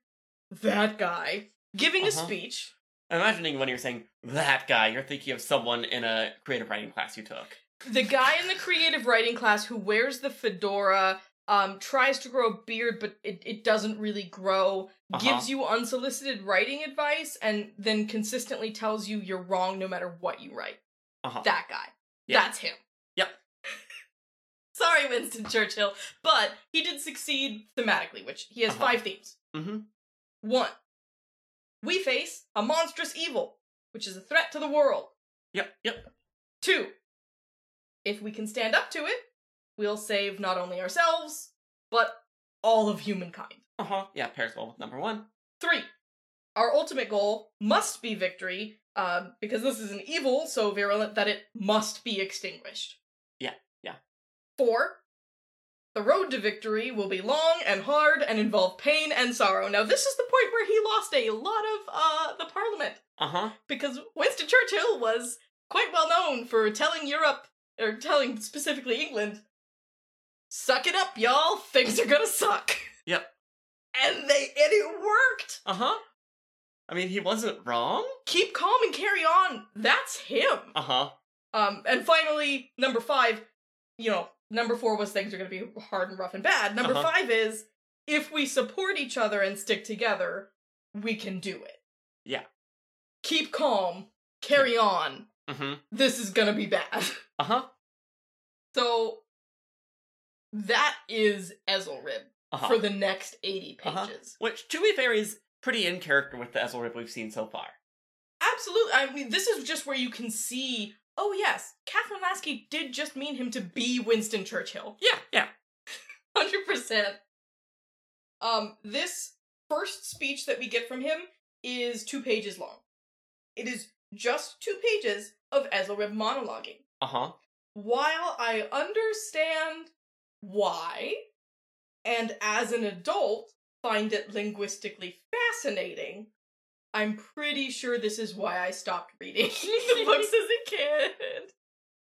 S1: that guy giving a
S2: Uh-huh.
S1: speech.
S2: I'm imagining when you're saying that guy, you're thinking of someone in a creative writing class you took.
S1: The guy in the creative writing class who wears the fedora, um, tries to grow a beard, but it, it doesn't really grow,
S2: Uh-huh.
S1: gives you unsolicited writing advice, and then consistently tells you you're wrong no matter what you write.
S2: Uh huh.
S1: That guy.
S2: Yeah.
S1: That's him.
S2: Yep.
S1: Sorry, Winston Churchill, but he did succeed thematically, which he has
S2: Uh-huh.
S1: five themes.
S2: Mhm.
S1: One, we face a monstrous evil, which is a threat to the world.
S2: Yep. Yep.
S1: Two, if we can stand up to it, we'll save not only ourselves, but all of humankind.
S2: Uh huh. Yeah. Pairs well with number one.
S1: Three, our ultimate goal must be victory, um, because this is an evil so virulent that it must be extinguished.
S2: Yeah, yeah.
S1: Four, the road to victory will be long and hard and involve pain and sorrow. Now, this is the point where he lost a lot of uh, the parliament
S2: Uh huh.
S1: because Winston Churchill was quite well known for telling Europe, or telling specifically England, suck it up, y'all, things are gonna suck.
S2: Yep.
S1: And they and it worked.
S2: Uh huh. I mean, he wasn't wrong.
S1: Keep calm and carry on. That's him.
S2: Uh huh.
S1: Um, and finally, number five, you know, number four was things are gonna be hard and rough and bad. Number
S2: Uh-huh.
S1: five is if we support each other and stick together, we can do it.
S2: Yeah.
S1: Keep calm, carry on.
S2: Mm hmm.
S1: This is gonna be bad.
S2: Uh huh.
S1: So that is Ezelrib
S2: Uh huh.
S1: for the next 80
S2: Uh-huh.
S1: pages.
S2: Which, to be fair, is pretty in character with the Ezelrib we've seen so far.
S1: Absolutely. I mean, this is just where you can see, oh yes, Catherine Lasky did just mean him to be Winston Churchill.
S2: Yeah. Yeah.
S1: 100%. Um this first speech that we get from him is 2 pages long. It is just 2 pages of Ezelrib monologuing.
S2: Uh huh.
S1: while I understand why, and as an adult find it linguistically fascinating, I'm pretty sure this is why I stopped reading the books as a kid.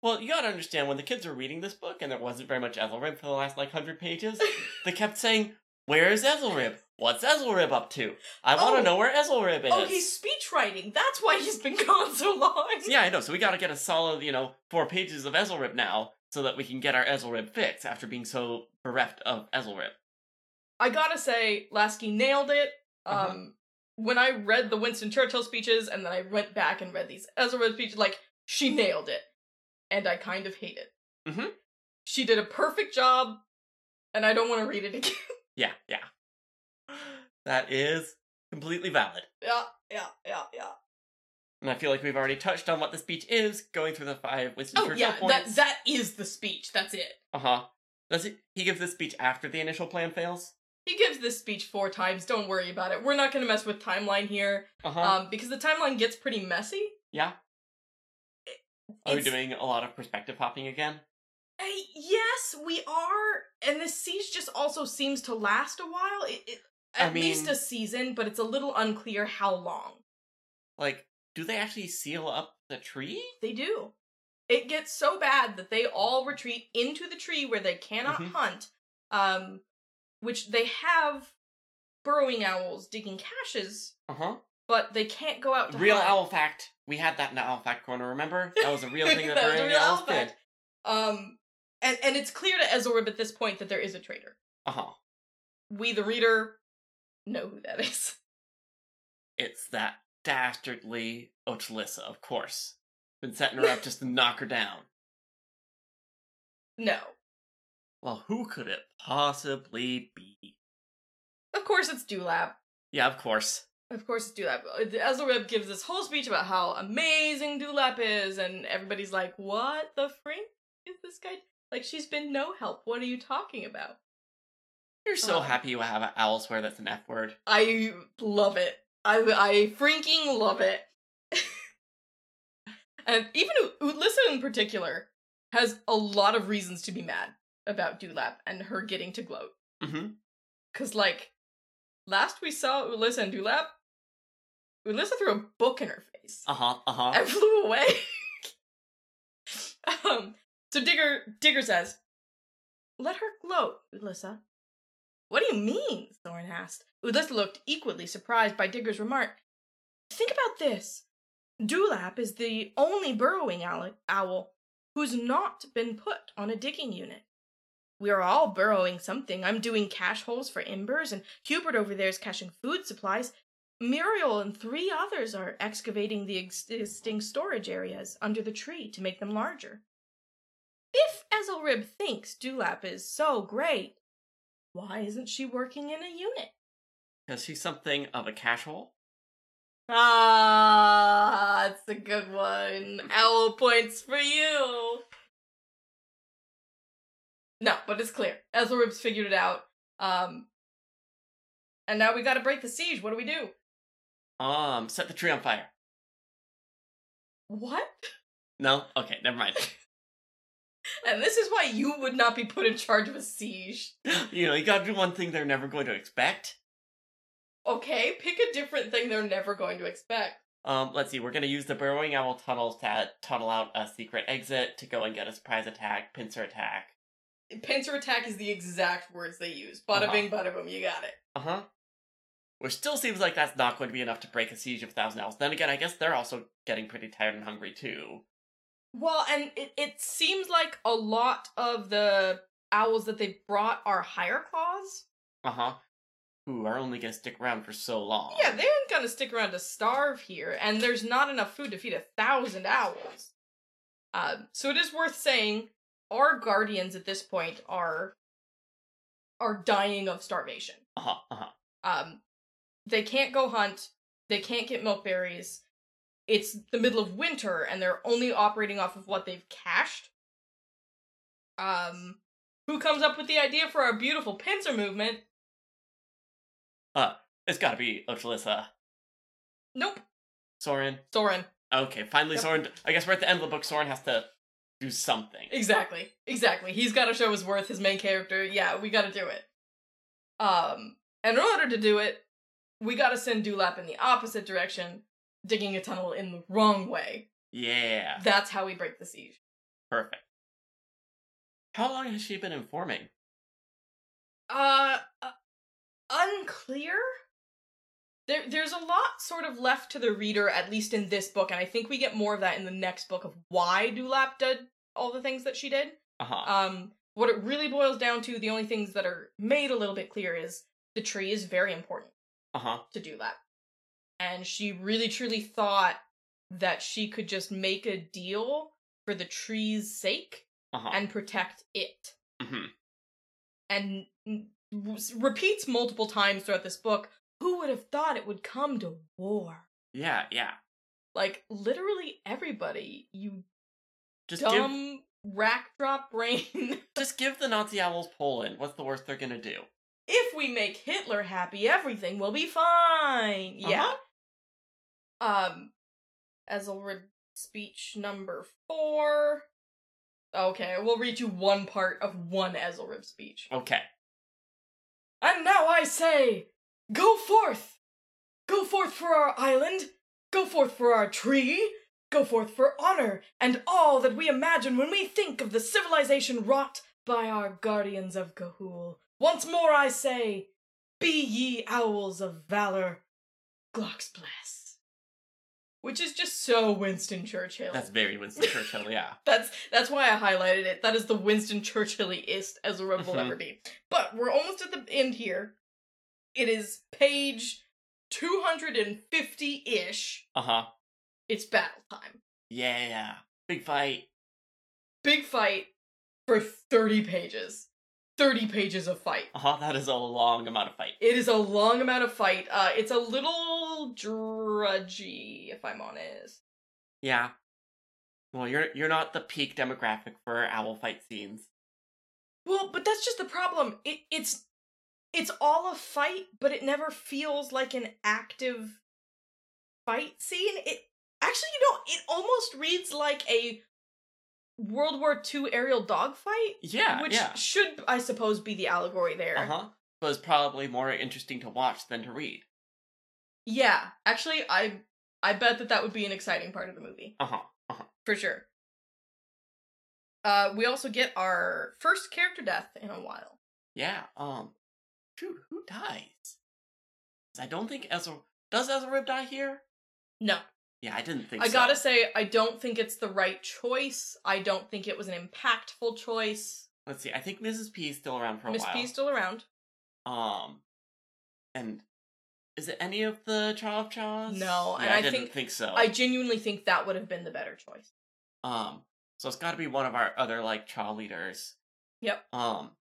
S2: Well, you gotta understand when the kids were reading this book, and there wasn't very much Ezelrib for the last like hundred pages. they kept saying, "Where's Ezelrib? What's Ezelrib up to? I want to
S1: Oh.
S2: know where Ezelrib is."
S1: Oh, he's speech writing. That's why he's been gone so long.
S2: Yeah, I know. So we got to get a solid, you know, four pages of Ezelrib now, so that we can get our Ezelrib fix after being so bereft of Ezelrib.
S1: I gotta say, Lasky nailed it. Um,
S2: Uh-huh.
S1: When I read the Winston Churchill speeches and then I went back and read these Ezra speeches, like, she nailed it. And I kind of hate it.
S2: Mhm.
S1: She did a perfect job, and I don't want to read it again.
S2: Yeah, yeah. That is completely valid.
S1: yeah, yeah, yeah, yeah.
S2: And I feel like we've already touched on what the speech is, going through the five Winston
S1: oh,
S2: Churchill
S1: yeah, that,
S2: points.
S1: that is the speech. That's it.
S2: Uh huh. Does he? He gives this speech after the initial plan fails.
S1: He gives this speech four times. Don't worry about it. We're not going to mess with timeline here
S2: Uh huh.
S1: um, because the timeline gets pretty messy.
S2: yeah. Are we
S1: it's-
S2: doing a lot of perspective hopping again?
S1: Uh, yes, we are, and this siege just also seems to last a while. It, it,
S2: I
S1: at least
S2: mean-
S1: a season, but it's a little unclear how long
S2: Like, do they actually seal up the tree?
S1: they do. It gets so bad that they all retreat into the tree where they cannot
S2: Mhm.
S1: hunt, um, which they have burrowing owls digging caches,
S2: Uh huh.
S1: but they can't go out to
S2: Real
S1: hunt.
S2: owl fact. We had that in the owl fact corner. Remember that was a real thing that,
S1: That was a
S2: Burning
S1: real owl
S2: Owls did.
S1: fact. Um, and and it's clear to Ezorib at this point that there is a traitor.
S2: Uh huh.
S1: We, the reader, know who that is.
S2: It's that dastardly Otalissa, of course. Been setting her up just to knock her down.
S1: No.
S2: Well, who could it possibly be?
S1: Of course it's Dewlap.
S2: Yeah, of course.
S1: Of course it's Dewlap. Ezelrib gives this whole speech about how amazing Dewlap is, and everybody's like, what the frink is this guy? Like, she's been no help. What are you talking about?
S2: You're so
S1: Oh.
S2: happy you have an owl swear that's an F word.
S1: I love it. I I freaking love it. and even Utlissa in particular has a lot of reasons to be mad about Dewlap and her getting to gloat.
S2: Mm-hmm.
S1: Cause like last we saw Ulyssa and Dewlap, Ulyssa threw a book in her face
S2: Uh-huh, uh-huh.
S1: and flew away. um, so Digger Digger says, "Let her gloat, Ulyssa." What do you mean? Thorin asked. Ulyssa looked equally surprised by Digger's remark. Think about this. Dewlap is the only burrowing owl- owl who's not been put on a digging unit. We are all burrowing something. I'm doing cache holes for embers, and Hubert over there is caching food supplies. Muriel and three others are excavating the existing storage areas under the tree to make them larger. If Ezelrib thinks Dewlap is so great, why isn't she working in a unit?
S2: Because she's something of a cash hole.
S1: Ah, that's a good one. Owl points for you. No, but it's clear. Ezelrib's figured it out. Um, and now we gotta break the siege. What do we do?
S2: Um, set the tree on fire.
S1: What?
S2: No? Okay, never mind.
S1: And this is why you would not be put in charge of a siege.
S2: you know, you gotta do one thing they're never going to expect.
S1: Okay, pick a different thing they're never going to expect.
S2: Um, let's see, we're gonna use the burrowing owl tunnels to tunnel out a secret exit to go and get a surprise attack, pincer attack.
S1: Pincer attack is the exact words they use. Bada bing, bada boom, you got it.
S2: Uh-huh. Which still seems like that's not going to be enough to break a siege of thousand owls. Then again, I guess they're also getting pretty tired and hungry too.
S1: Well, and it, it seems like a lot of the owls that they brought are higher claws.
S2: Uh-huh. Who are only gonna stick around for so long.
S1: Yeah, they aren't gonna stick around to starve here, and there's not enough food to feed a thousand owls. Um, so it is worth saying our guardians at this point are are dying of starvation.
S2: Uh-huh, uh-huh.
S1: Um, they can't go hunt. They can't get milk berries. It's the middle of winter, and they're only operating off of what they've cached. Um, who comes up with the idea for our beautiful pincer movement?
S2: It's gotta be Otalissa.
S1: Nope,
S2: Soren.
S1: Soren.
S2: Okay, finally
S1: Yep.
S2: Soren I guess we're at the end of the book, Soren has to do something.
S1: Exactly, exactly. He's got to show his worth. His main character. Yeah, we got to do it. Um, and in order to do it, we got to send Dewlap in the opposite direction, digging a tunnel in the wrong way.
S2: Yeah.
S1: That's how we break the siege.
S2: Perfect. How long has she been informing?
S1: uh, uh, unclear there there's a lot sort of left to the reader at least in this book and i think we get more of that in the next book of why dulap did all the things that she did
S2: Uh-huh.
S1: um what it really boils down to the only things that are made a little bit clear is the tree is very important
S2: Uh-huh.
S1: to dulap and she really truly thought that she could just make a deal for the tree's sake
S2: Uh-huh.
S1: and protect it
S2: Mhm.
S1: and w- repeats multiple times throughout this book who would have thought it would come to war
S2: Yeah, yeah.
S1: like literally everybody you
S2: Just give
S1: dumb rack drop brain
S2: just give the Nazi owls Poland. What's the worst they're gonna do?
S1: if we make hitler happy everything will be fine yeah
S2: Uh-huh.
S1: um ezelred speech number four okay we'll read you one part of one ezelred speech
S2: Okay.
S1: And now I say, go forth! Go forth for our island! Go forth for our tree! Go forth for honor and all that we imagine when we think of the civilization wrought by our guardians of Gahul. Once more I say, be ye owls of valor, Glock's bless. Which is just so Winston Churchill.
S2: That's very Winston Churchill, yeah.
S1: That's that's why I highlighted it. That is the Winston Churchill-ist as a rebel will
S2: Mhm.
S1: ever be. But we're almost at the end here. It is page 250 ish,
S2: Uh huh.
S1: it's battle time.
S2: Yeah. Big fight.
S1: Big fight for 30 pages. 30 pages of fight.
S2: Uh huh. That is a long amount of fight.
S1: It is a long amount of fight. Uh, it's a little drudgy, if I'm honest.
S2: Yeah. Well, you're you're not the peak demographic for owl fight scenes.
S1: Well, but that's just the problem. It, it's it's all a fight, but it never feels like an active fight scene. It actually, you know, it almost reads like a World War II aerial dogfight,
S2: Yeah.
S1: which
S2: yeah.
S1: should, I suppose, be the allegory there.
S2: Uh huh. Was probably more interesting to watch than to read.
S1: Yeah, actually, I I bet that that would be an exciting part of the movie.
S2: Uh huh.
S1: For sure. Uh, we also get our first character death in a while.
S2: Yeah. Um. Shoot, who dies? 'Cause I don't think Ezra does Ezra Rib die here.
S1: No,
S2: Yeah, I didn't think.
S1: I
S2: so.
S1: gotta say, I don't think it's the right choice. I don't think it was an impactful choice.
S2: Let's see. I think Mrs. P is still around for a
S1: Miss
S2: while.
S1: P still around?
S2: Um, and is it any of the Chav Chaws?
S1: No,
S2: Yeah,
S1: and
S2: I,
S1: I
S2: didn't
S1: think-
S2: so.
S1: I genuinely think that would have been the better choice.
S2: Um, so it's got to be one of our other like Chaw leaders.
S1: Yep.
S2: Um,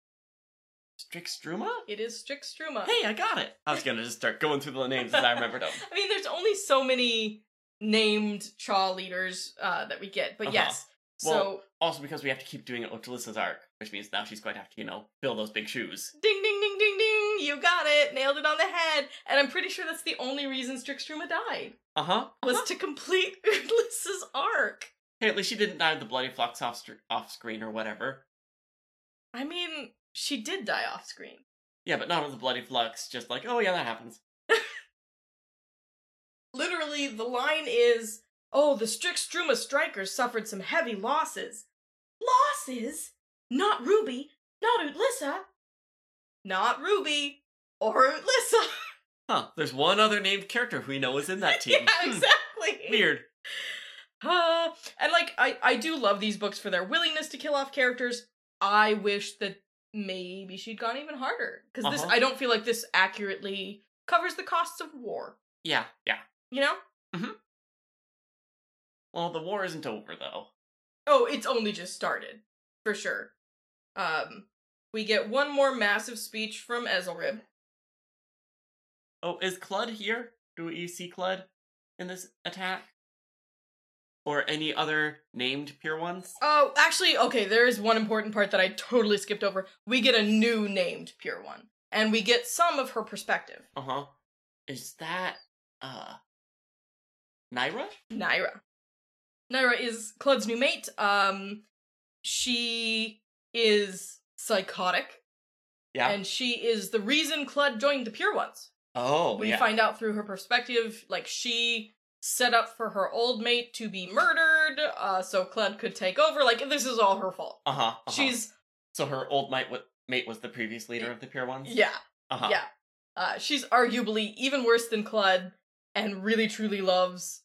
S2: Strixtruma.
S1: It is Strix Struma.
S2: Hey, I got it. I was gonna just start going through the names as I remembered them.
S1: I mean, there's only so many named Chaw leaders uh, that we get, but
S2: Uh-huh.
S1: yes.
S2: Well-
S1: So
S2: Also, because we have to keep doing Otelissa's arc, which means now she's going to have to, you know, fill those big shoes.
S1: ding ding ding ding ding, you got it, nailed it on the head. And I'm pretty sure that's the only reason Strix Struma died.
S2: Uh huh.
S1: was to complete Ulysses's arc.
S2: Hey, at least she didn't die of the bloody flux off str- off screen or whatever.
S1: I mean, she did die off screen.
S2: Yeah, but not of the bloody flux. Just like, oh yeah, that happens.
S1: Literally, the line is, "Oh, the Strixtruma strikers suffered some heavy losses." Losses? Not Ruby, not Ulyssa, not Ruby or Ulyssa.
S2: Huh? There's one other named character who we know is in that team.
S1: yeah,
S2: Hmm,
S1: exactly.
S2: Weird.
S1: Uh, and like, I I do love these books for their willingness to kill off characters. I wish that maybe she'd gone even harder because this
S2: Uh-huh.
S1: I don't feel like this accurately covers the costs of war.
S2: Yeah, yeah.
S1: You know?
S2: Well, the war isn't over though.
S1: Oh, it's only just started, for sure. Um, we get one more massive speech from Ezelrib.
S2: Oh, is Clud here? Do you see Clud in this attack? Or any other named pure ones?
S1: Oh, actually, okay, there is one important part that I totally skipped over. We get a new named pure one, and we get some of her perspective.
S2: Uh huh. Is that uh Naira?
S1: Naira. Naira is Clud's new mate. Um, she is psychotic,
S2: Yeah.
S1: and she is the reason Clud joined the pure ones.
S2: oh,
S1: we
S2: yeah.
S1: find out through her perspective like she set up for her old mate to be murdered uh so Cled could take over like this is all her fault
S2: uh huh. uh-huh.
S1: she's
S2: so her old mate, wa- mate was the previous leader of the pure ones.
S1: yeah
S2: Uh-huh.
S1: yeah uh she's arguably even worse than Cled and really truly loves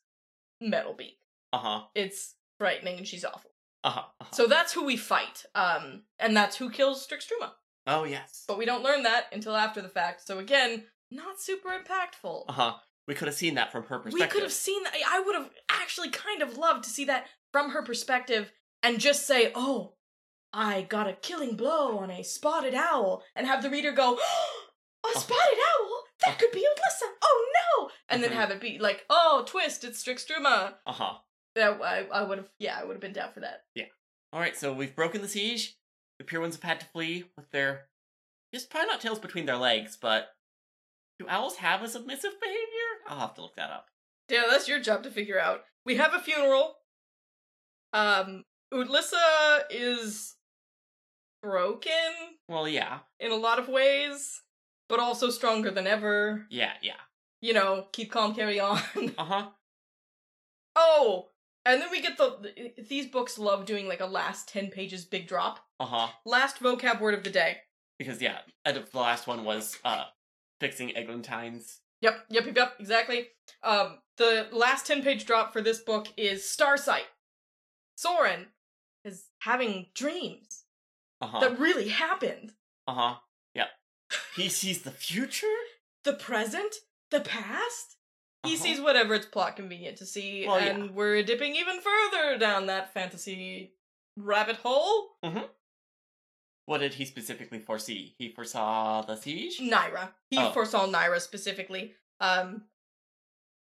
S1: Metalbeak
S2: Uh huh.
S1: it's frightening and she's awful
S2: Uh huh. uh-huh.
S1: so that's who we fight um and that's who kills Strixtruma
S2: Oh yes.
S1: but we don't learn that until after the fact so again not super impactful
S2: Uh huh. We could have seen that from her
S1: we
S2: perspective.
S1: could have seen that. I would have actually kind of loved to see that from her perspective and just say, oh, I got a killing blow on a spotted owl, and have the reader go, a spotted owl? That could be Ulyssa. Oh no! And then
S2: Mhm.
S1: have it be like, oh, twist, it's Strixtruma.
S2: Uh huh.
S1: That I, I would have, yeah, I would have been down for that.
S2: All right, so we've broken the siege. The pure ones have had to flee with their, just probably not tails between their legs, but do owls have a submissive behavior? I'll have to look that up.
S1: Yeah, that's your job to figure out. We have a funeral. Um, Ulyssa is broken.
S2: Well, yeah,
S1: in a lot of ways, but also stronger than ever.
S2: yeah, yeah.
S1: You know, keep calm, carry on.
S2: Uh huh.
S1: oh, and then we get the these books love doing like a last 10 pages big drop.
S2: Uh huh.
S1: Last vocab word of the day.
S2: Because yeah, and the last one was uh fixing eglantines.
S1: Yep, yep, yep, yep, exactly. Um the last 10 page drop for this book is Starsight. Soren is having dreams
S2: Uh huh.
S1: that really happened.
S2: Uh-huh. Uh huh. Yeah. He sees the future.
S1: The present, the past? He
S2: Uh-huh.
S1: sees whatever it's plot convenient to see,
S2: Well, yeah.
S1: and we're dipping even further down that fantasy rabbit hole.
S2: What did he specifically foresee? He foresaw the siege?
S1: Naira. He
S2: Oh.
S1: foresaw Naira specifically. Um,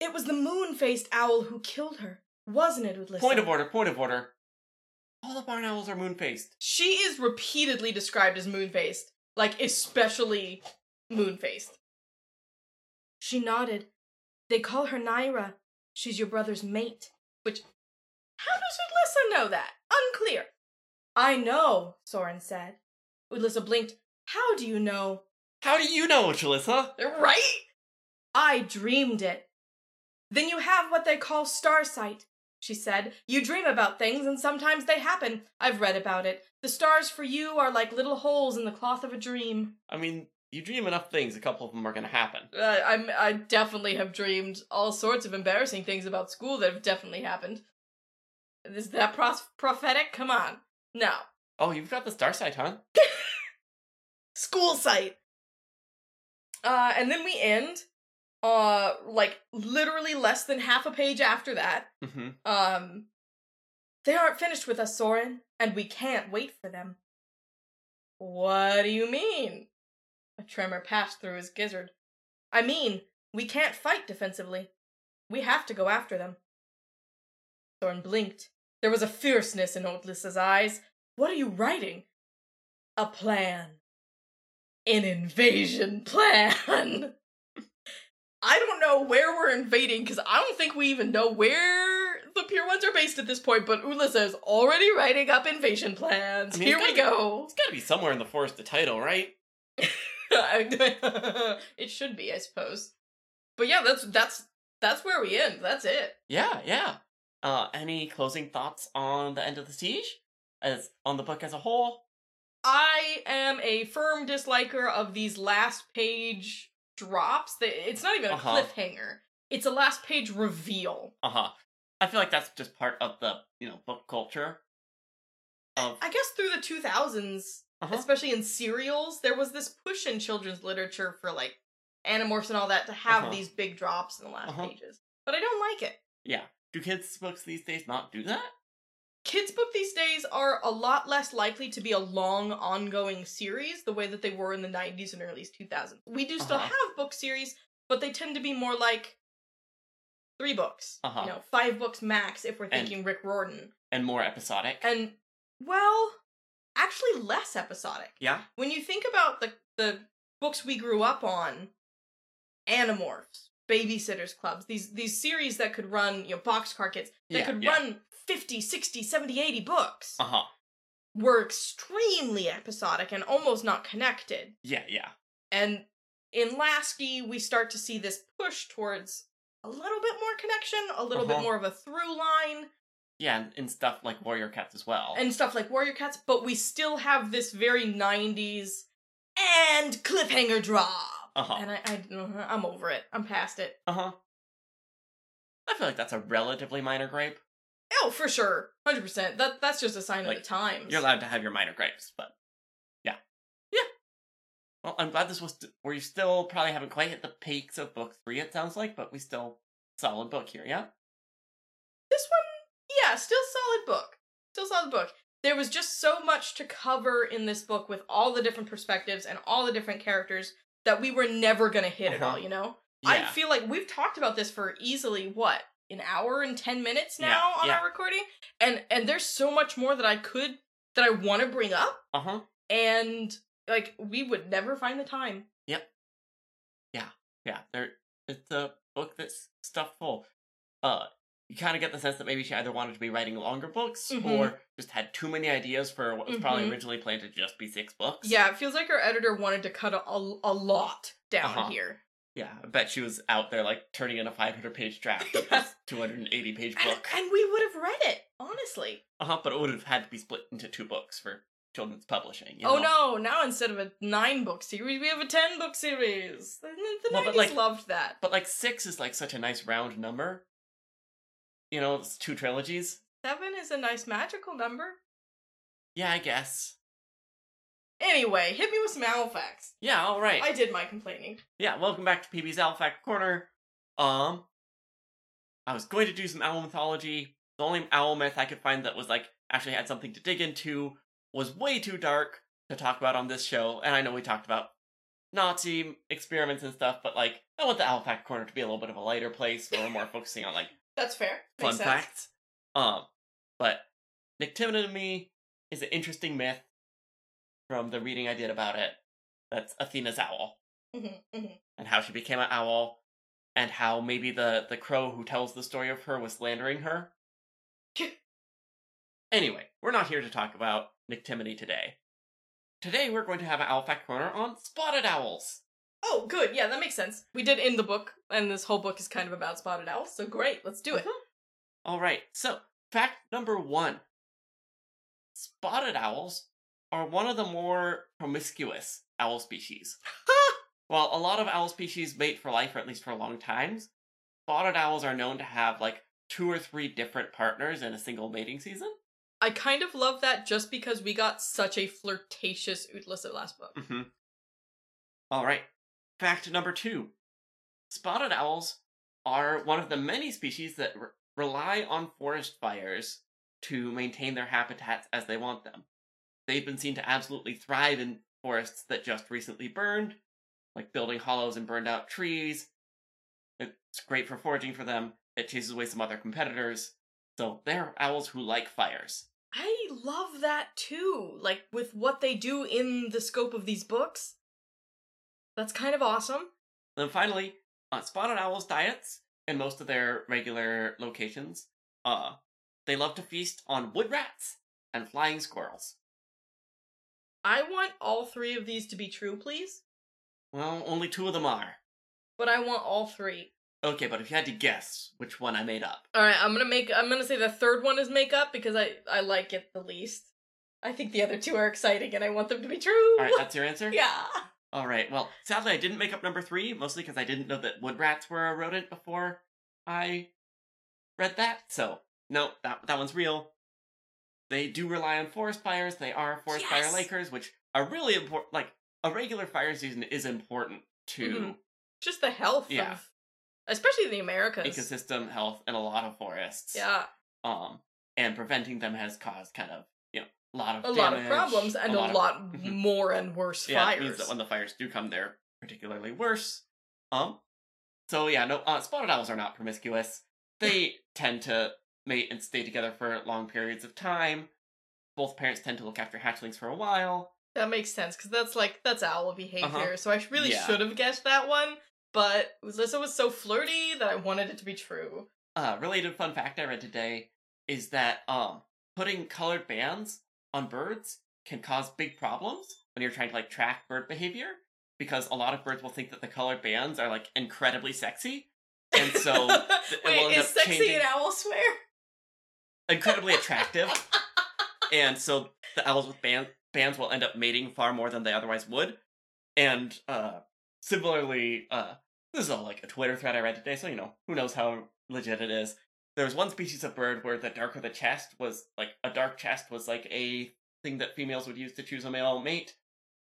S1: it was the moon-faced owl who killed her, wasn't it, Udlissa?
S2: Point of order, point of order. All the barn owls are moon faced.
S1: She is repeatedly described as moon-faced, like especially moon-faced. She nodded. They call her Naira. She's your brother's mate. Which, how does Udlissa know that? Unclear. I know, Soren said. Udlissa blinked. How do you know?
S2: How do you know, Jalissa?
S1: Right? I dreamed it. Then you have what they call starsight, she said. You dream about things and sometimes they happen. I've read about it. The stars for you are like little holes in the cloth of a dream.
S2: I mean, you dream enough things, a couple of them are gonna happen.
S1: Uh, I'm, I definitely have dreamed all sorts of embarrassing things about school that have definitely happened. Is that pros- prophetic? Come on. No.
S2: Oh, you've got the star sight, huh?
S1: school site. Uh, and then we end, uh, like literally less than half a page after that.
S2: Mm-hmm.
S1: Um, they aren't finished with us, Soren, and we can't wait for them. What do you mean? A tremor passed through his gizzard. I mean, we can't fight defensively. We have to go after them. Soren blinked. There was a fierceness in old Lissa's eyes. What are you writing? A plan. An invasion plan. I don't know where we're invading because I don't think we even know where the Pier Ones are based at this point. But Ulissa is already writing up invasion plans.
S2: I mean,
S1: Here
S2: it's
S1: we
S2: gotta
S1: go.
S2: It's gotta be somewhere in the forest, the title, right?
S1: it should be, I suppose. But yeah, that's that's that's where we end. That's it.
S2: Yeah, yeah. Uh, any closing thoughts on the end of the siege? As on the book as a whole?
S1: I am a firm disliker of these last page drops. They- It's not even a
S2: Uh-huh.
S1: cliffhanger. It's a last page reveal.
S2: Uh huh. I feel like that's just part of the you know book culture. Of
S1: I guess through the 2000s,
S2: Uh-huh.
S1: especially in serials, there was this push in children's literature for like Animorphs and all that to have
S2: Uh-huh.
S1: these big drops in the last
S2: Uh-huh.
S1: pages. But I don't like it.
S2: yeah, do kids books these days not do that?
S1: Kids' book these days are a lot less likely to be a long, ongoing series the way that they were in the 90s and early 2000s. We do still
S2: Uh-huh.
S1: have book series, but they tend to be more like three books.
S2: Uh-huh.
S1: You know, five books max if we're
S2: And-
S1: thinking Rick Riordan.
S2: And more episodic.
S1: And, well, actually less episodic.
S2: yeah.
S1: when you think about the the books we grew up on, Animorphs, Babysitters Clubs, these these series that could run, you know, Boxcar Kids, that
S2: Yeah,
S1: could
S2: yeah.
S1: run 50, 60, 70, 80 books
S2: Uh huh.
S1: were extremely episodic and almost not connected.
S2: Yeah, yeah.
S1: And in Lasky, we start to see this push towards a little bit more connection, a little bit
S2: Uh-huh.
S1: more of a through line,
S2: Yeah, and, and stuff like Warrior Cats as well.
S1: and stuff like Warrior Cats, but we still have this very 90s and cliffhanger drop.
S2: Uh-huh.
S1: And I, I, uh, I'm over it. I'm past it.
S2: uh huh. I feel like that's a relatively minor gripe.
S1: Oh, for sure. 100%. That That's just a sign
S2: Like,
S1: of the times.
S2: You're allowed to have your minor gripes, but yeah,
S1: Yeah.
S2: Well, I'm glad this was st- where you still probably haven't quite hit the peaks of book three. It sounds like, but we still solid book here. Yeah.
S1: this one, yeah, still solid book. Still solid book. There was just so much to cover in this book with all the different perspectives and all the different characters that we were never going to hit it
S2: Uh-huh.
S1: all, you know? I
S2: Yeah.
S1: feel like we've talked about this for easily what an hour and ten minutes now
S2: Yeah,
S1: on
S2: yeah.
S1: our recording, and and there's so much more that I could that I want to bring up,
S2: Uh huh.
S1: and like we would never find the time.
S2: yeah, there it's a book that's stuffed full. Uh, you kind of get the sense that maybe she either wanted to be writing longer books
S1: Mhm.
S2: or just had too many ideas for what was probably
S1: Mhm.
S2: originally planned to just be six books.
S1: Yeah, it feels like our editor wanted to cut a, a, a lot down
S2: Uh-huh.
S1: here.
S2: yeah. I bet she was out there like turning in a 500 page draft of this 280 page
S1: And,
S2: book.
S1: and we would have read it, honestly.
S2: Uh huh. But it would have had to be split into two books for children's publishing. You
S1: oh
S2: know?
S1: no, now instead of a nine book series, we have a ten book series. The, the
S2: Well,
S1: 90s
S2: but, like-
S1: loved that.
S2: But like six is like such a nice round number. You know, it's two trilogies.
S1: Seven is a nice magical number.
S2: Yeah, I guess.
S1: Anyway, hit me with some owl facts.
S2: Yeah, all right.
S1: I did my complaining.
S2: Yeah, welcome back to PB's Owl Fact Corner. Um, I was going to do some owl mythology. The only owl myth I could find that was like actually had something to dig into was way too dark to talk about on this show. And I know we talked about Nazi experiments and stuff, but like I want the Owl Fact Corner to be a little bit of a lighter place where we're more focusing on like
S1: That's fair.
S2: fun
S1: Makes sense.
S2: facts. Um, but Nictimony is an interesting myth from the reading I did about it. That's Athena's owl
S1: Mhm, mhm.
S2: and how she became an owl, and how maybe the the crow who tells the story of her was slandering her. anyway, we're not here to talk about Nictimony today. Today we're going to have an owl fact corner on spotted owls.
S1: Oh, good. Yeah, that makes sense. We did in the book, and this whole book is kind of about spotted owls. So great. Let's do it.
S2: Mm-hmm. All right, so fact number one: spotted owls are one of the more promiscuous owl species. While a lot of owl species mate for life, or at least for long times, spotted owls are known to have like two or three different partners in a single mating season.
S1: I kind of love that just because we got such a flirtatious Utlicit last book.
S2: Mm-hmm. All right. Fact number two spotted owls are one of the many species that re- rely on forest fires to maintain their habitats as they want them. They've been seen to absolutely thrive in forests that just recently burned, like building hollows and burned out trees. It's great for foraging for them. It chases away some other competitors. So they're owls who like fires.
S1: I love that too. Like with what they do in the scope of these books. That's kind of awesome.
S2: Then finally, uh, spotted owls' diets in most of their regular locations, uh, they love to feast on wood rats and flying squirrels.
S1: I want all three of these to be true, please.
S2: Well, only two of them are.
S1: But I want all three.
S2: Okay, but if you had to guess which one I made up,
S1: All right, I'm gonna make. I'm gonna say the third one is makeup because I I like it the least. I think the other two are exciting, and I want them to be true.
S2: all right, that's your answer.
S1: yeah.
S2: All right. Well, sadly, I didn't make up number three, mostly because I didn't know that wood rats were a rodent before I read that. So no, that that one's real. They do rely on forest fires. They are forest
S1: Yes!
S2: fire lakers, which are really important. Like a regular fire season is important to
S1: Mhm. Just the health
S2: Yeah.
S1: of, especially the Americas.
S2: ecosystem health in a lot of forests.
S1: yeah,
S2: Um, and preventing them has caused kind of you know a lot of
S1: a lot of
S2: damage,
S1: problems and a lot,
S2: of- Mhm.
S1: more and worse
S2: yeah, it
S1: fires.
S2: means that when the fires do come, they're particularly worse. Um, so yeah, no, uh, spotted owls are not promiscuous. They tend to mate and stay together for long periods of time. Both parents tend to look after hatchlings for a while.
S1: That makes sense because that's like that's owl behavior.
S2: Uh-huh.
S1: So I really
S2: Yeah.
S1: should have guessed that one, but Lissa was so flirty that I wanted it to be true.
S2: Uh, related fun fact I read today is that um, putting colored bands on birds can cause big problems when you're trying to like track bird behavior because a lot of birds will think that the colored bands are like incredibly sexy, and so it will
S1: wait,
S2: end
S1: is
S2: up
S1: sexy
S2: changing-
S1: an owl swear?
S2: incredibly attractive, and so the owls with bands bands will end up mating far more than they otherwise would. And uh, similarly, uh, this is all like a Twitter thread I read today, so you know who knows how legit it is. There was one species of bird where the darker the chest was like a dark chest was like a thing that females would use to choose a male mate,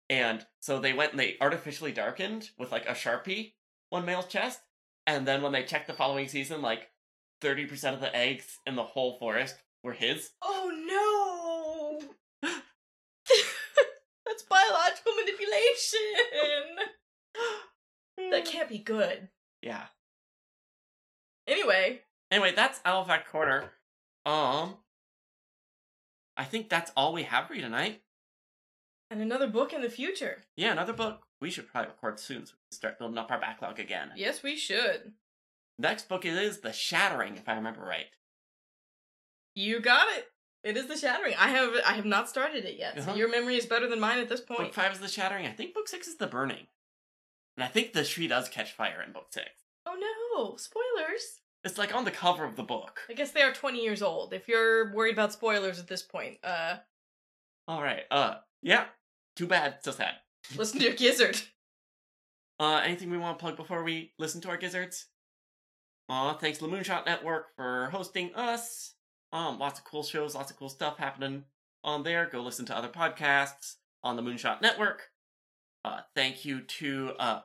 S2: and so they went and they artificially darkened with like a sharpie one male's chest, and then when they checked the following season, like thirty percent of the eggs in the whole forest were his.
S1: Oh no! That's biological manipulation! that can't be good.
S2: Yeah.
S1: Anyway,
S2: Anyway, that's Owl Fact Corner. Um, I think that's all we have for you tonight.
S1: and another book in the future.
S2: Yeah, another book we should probably record soon so we can start building up our backlog again.
S1: Yes, we should.
S2: Next book is The Shattering, if I remember right.
S1: You got it. It is the shattering. I have I have not started it yet.
S2: Uh-huh.
S1: So your memory is better than mine at this
S2: Book
S1: point.
S2: five is The Shattering. I think book six is The Burning. And I think the tree does catch fire in book six.
S1: Oh no! Spoilers.
S2: It's like on the cover of the book.
S1: I guess they are twenty years old. If you're worried about spoilers at this point, uh,
S2: All right. Uh, yeah. Too bad. So sad.
S1: listen to your gizzard.
S2: Uh, anything we want to plug before we listen to our gizzards? Aw, thanks to the Moonshot Network for hosting us. Um, lots of cool shows, lots of cool stuff happening on there. Go listen to other podcasts. on the Moonshot Network. Uh, thank you to uh,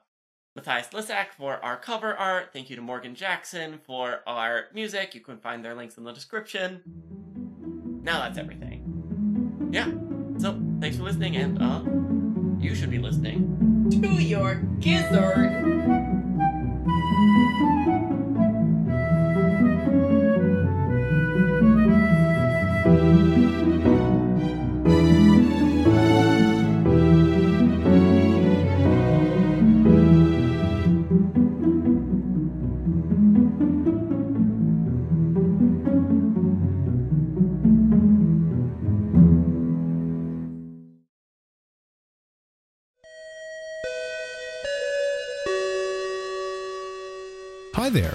S2: Matthias Lissack for our cover art. Thank you to Morgan Jackson for our music. You can find their links in the description. Now that's everything. Yeah. So thanks for listening, and uh, you should be listening.
S1: To your gizzard.
S3: Hi there,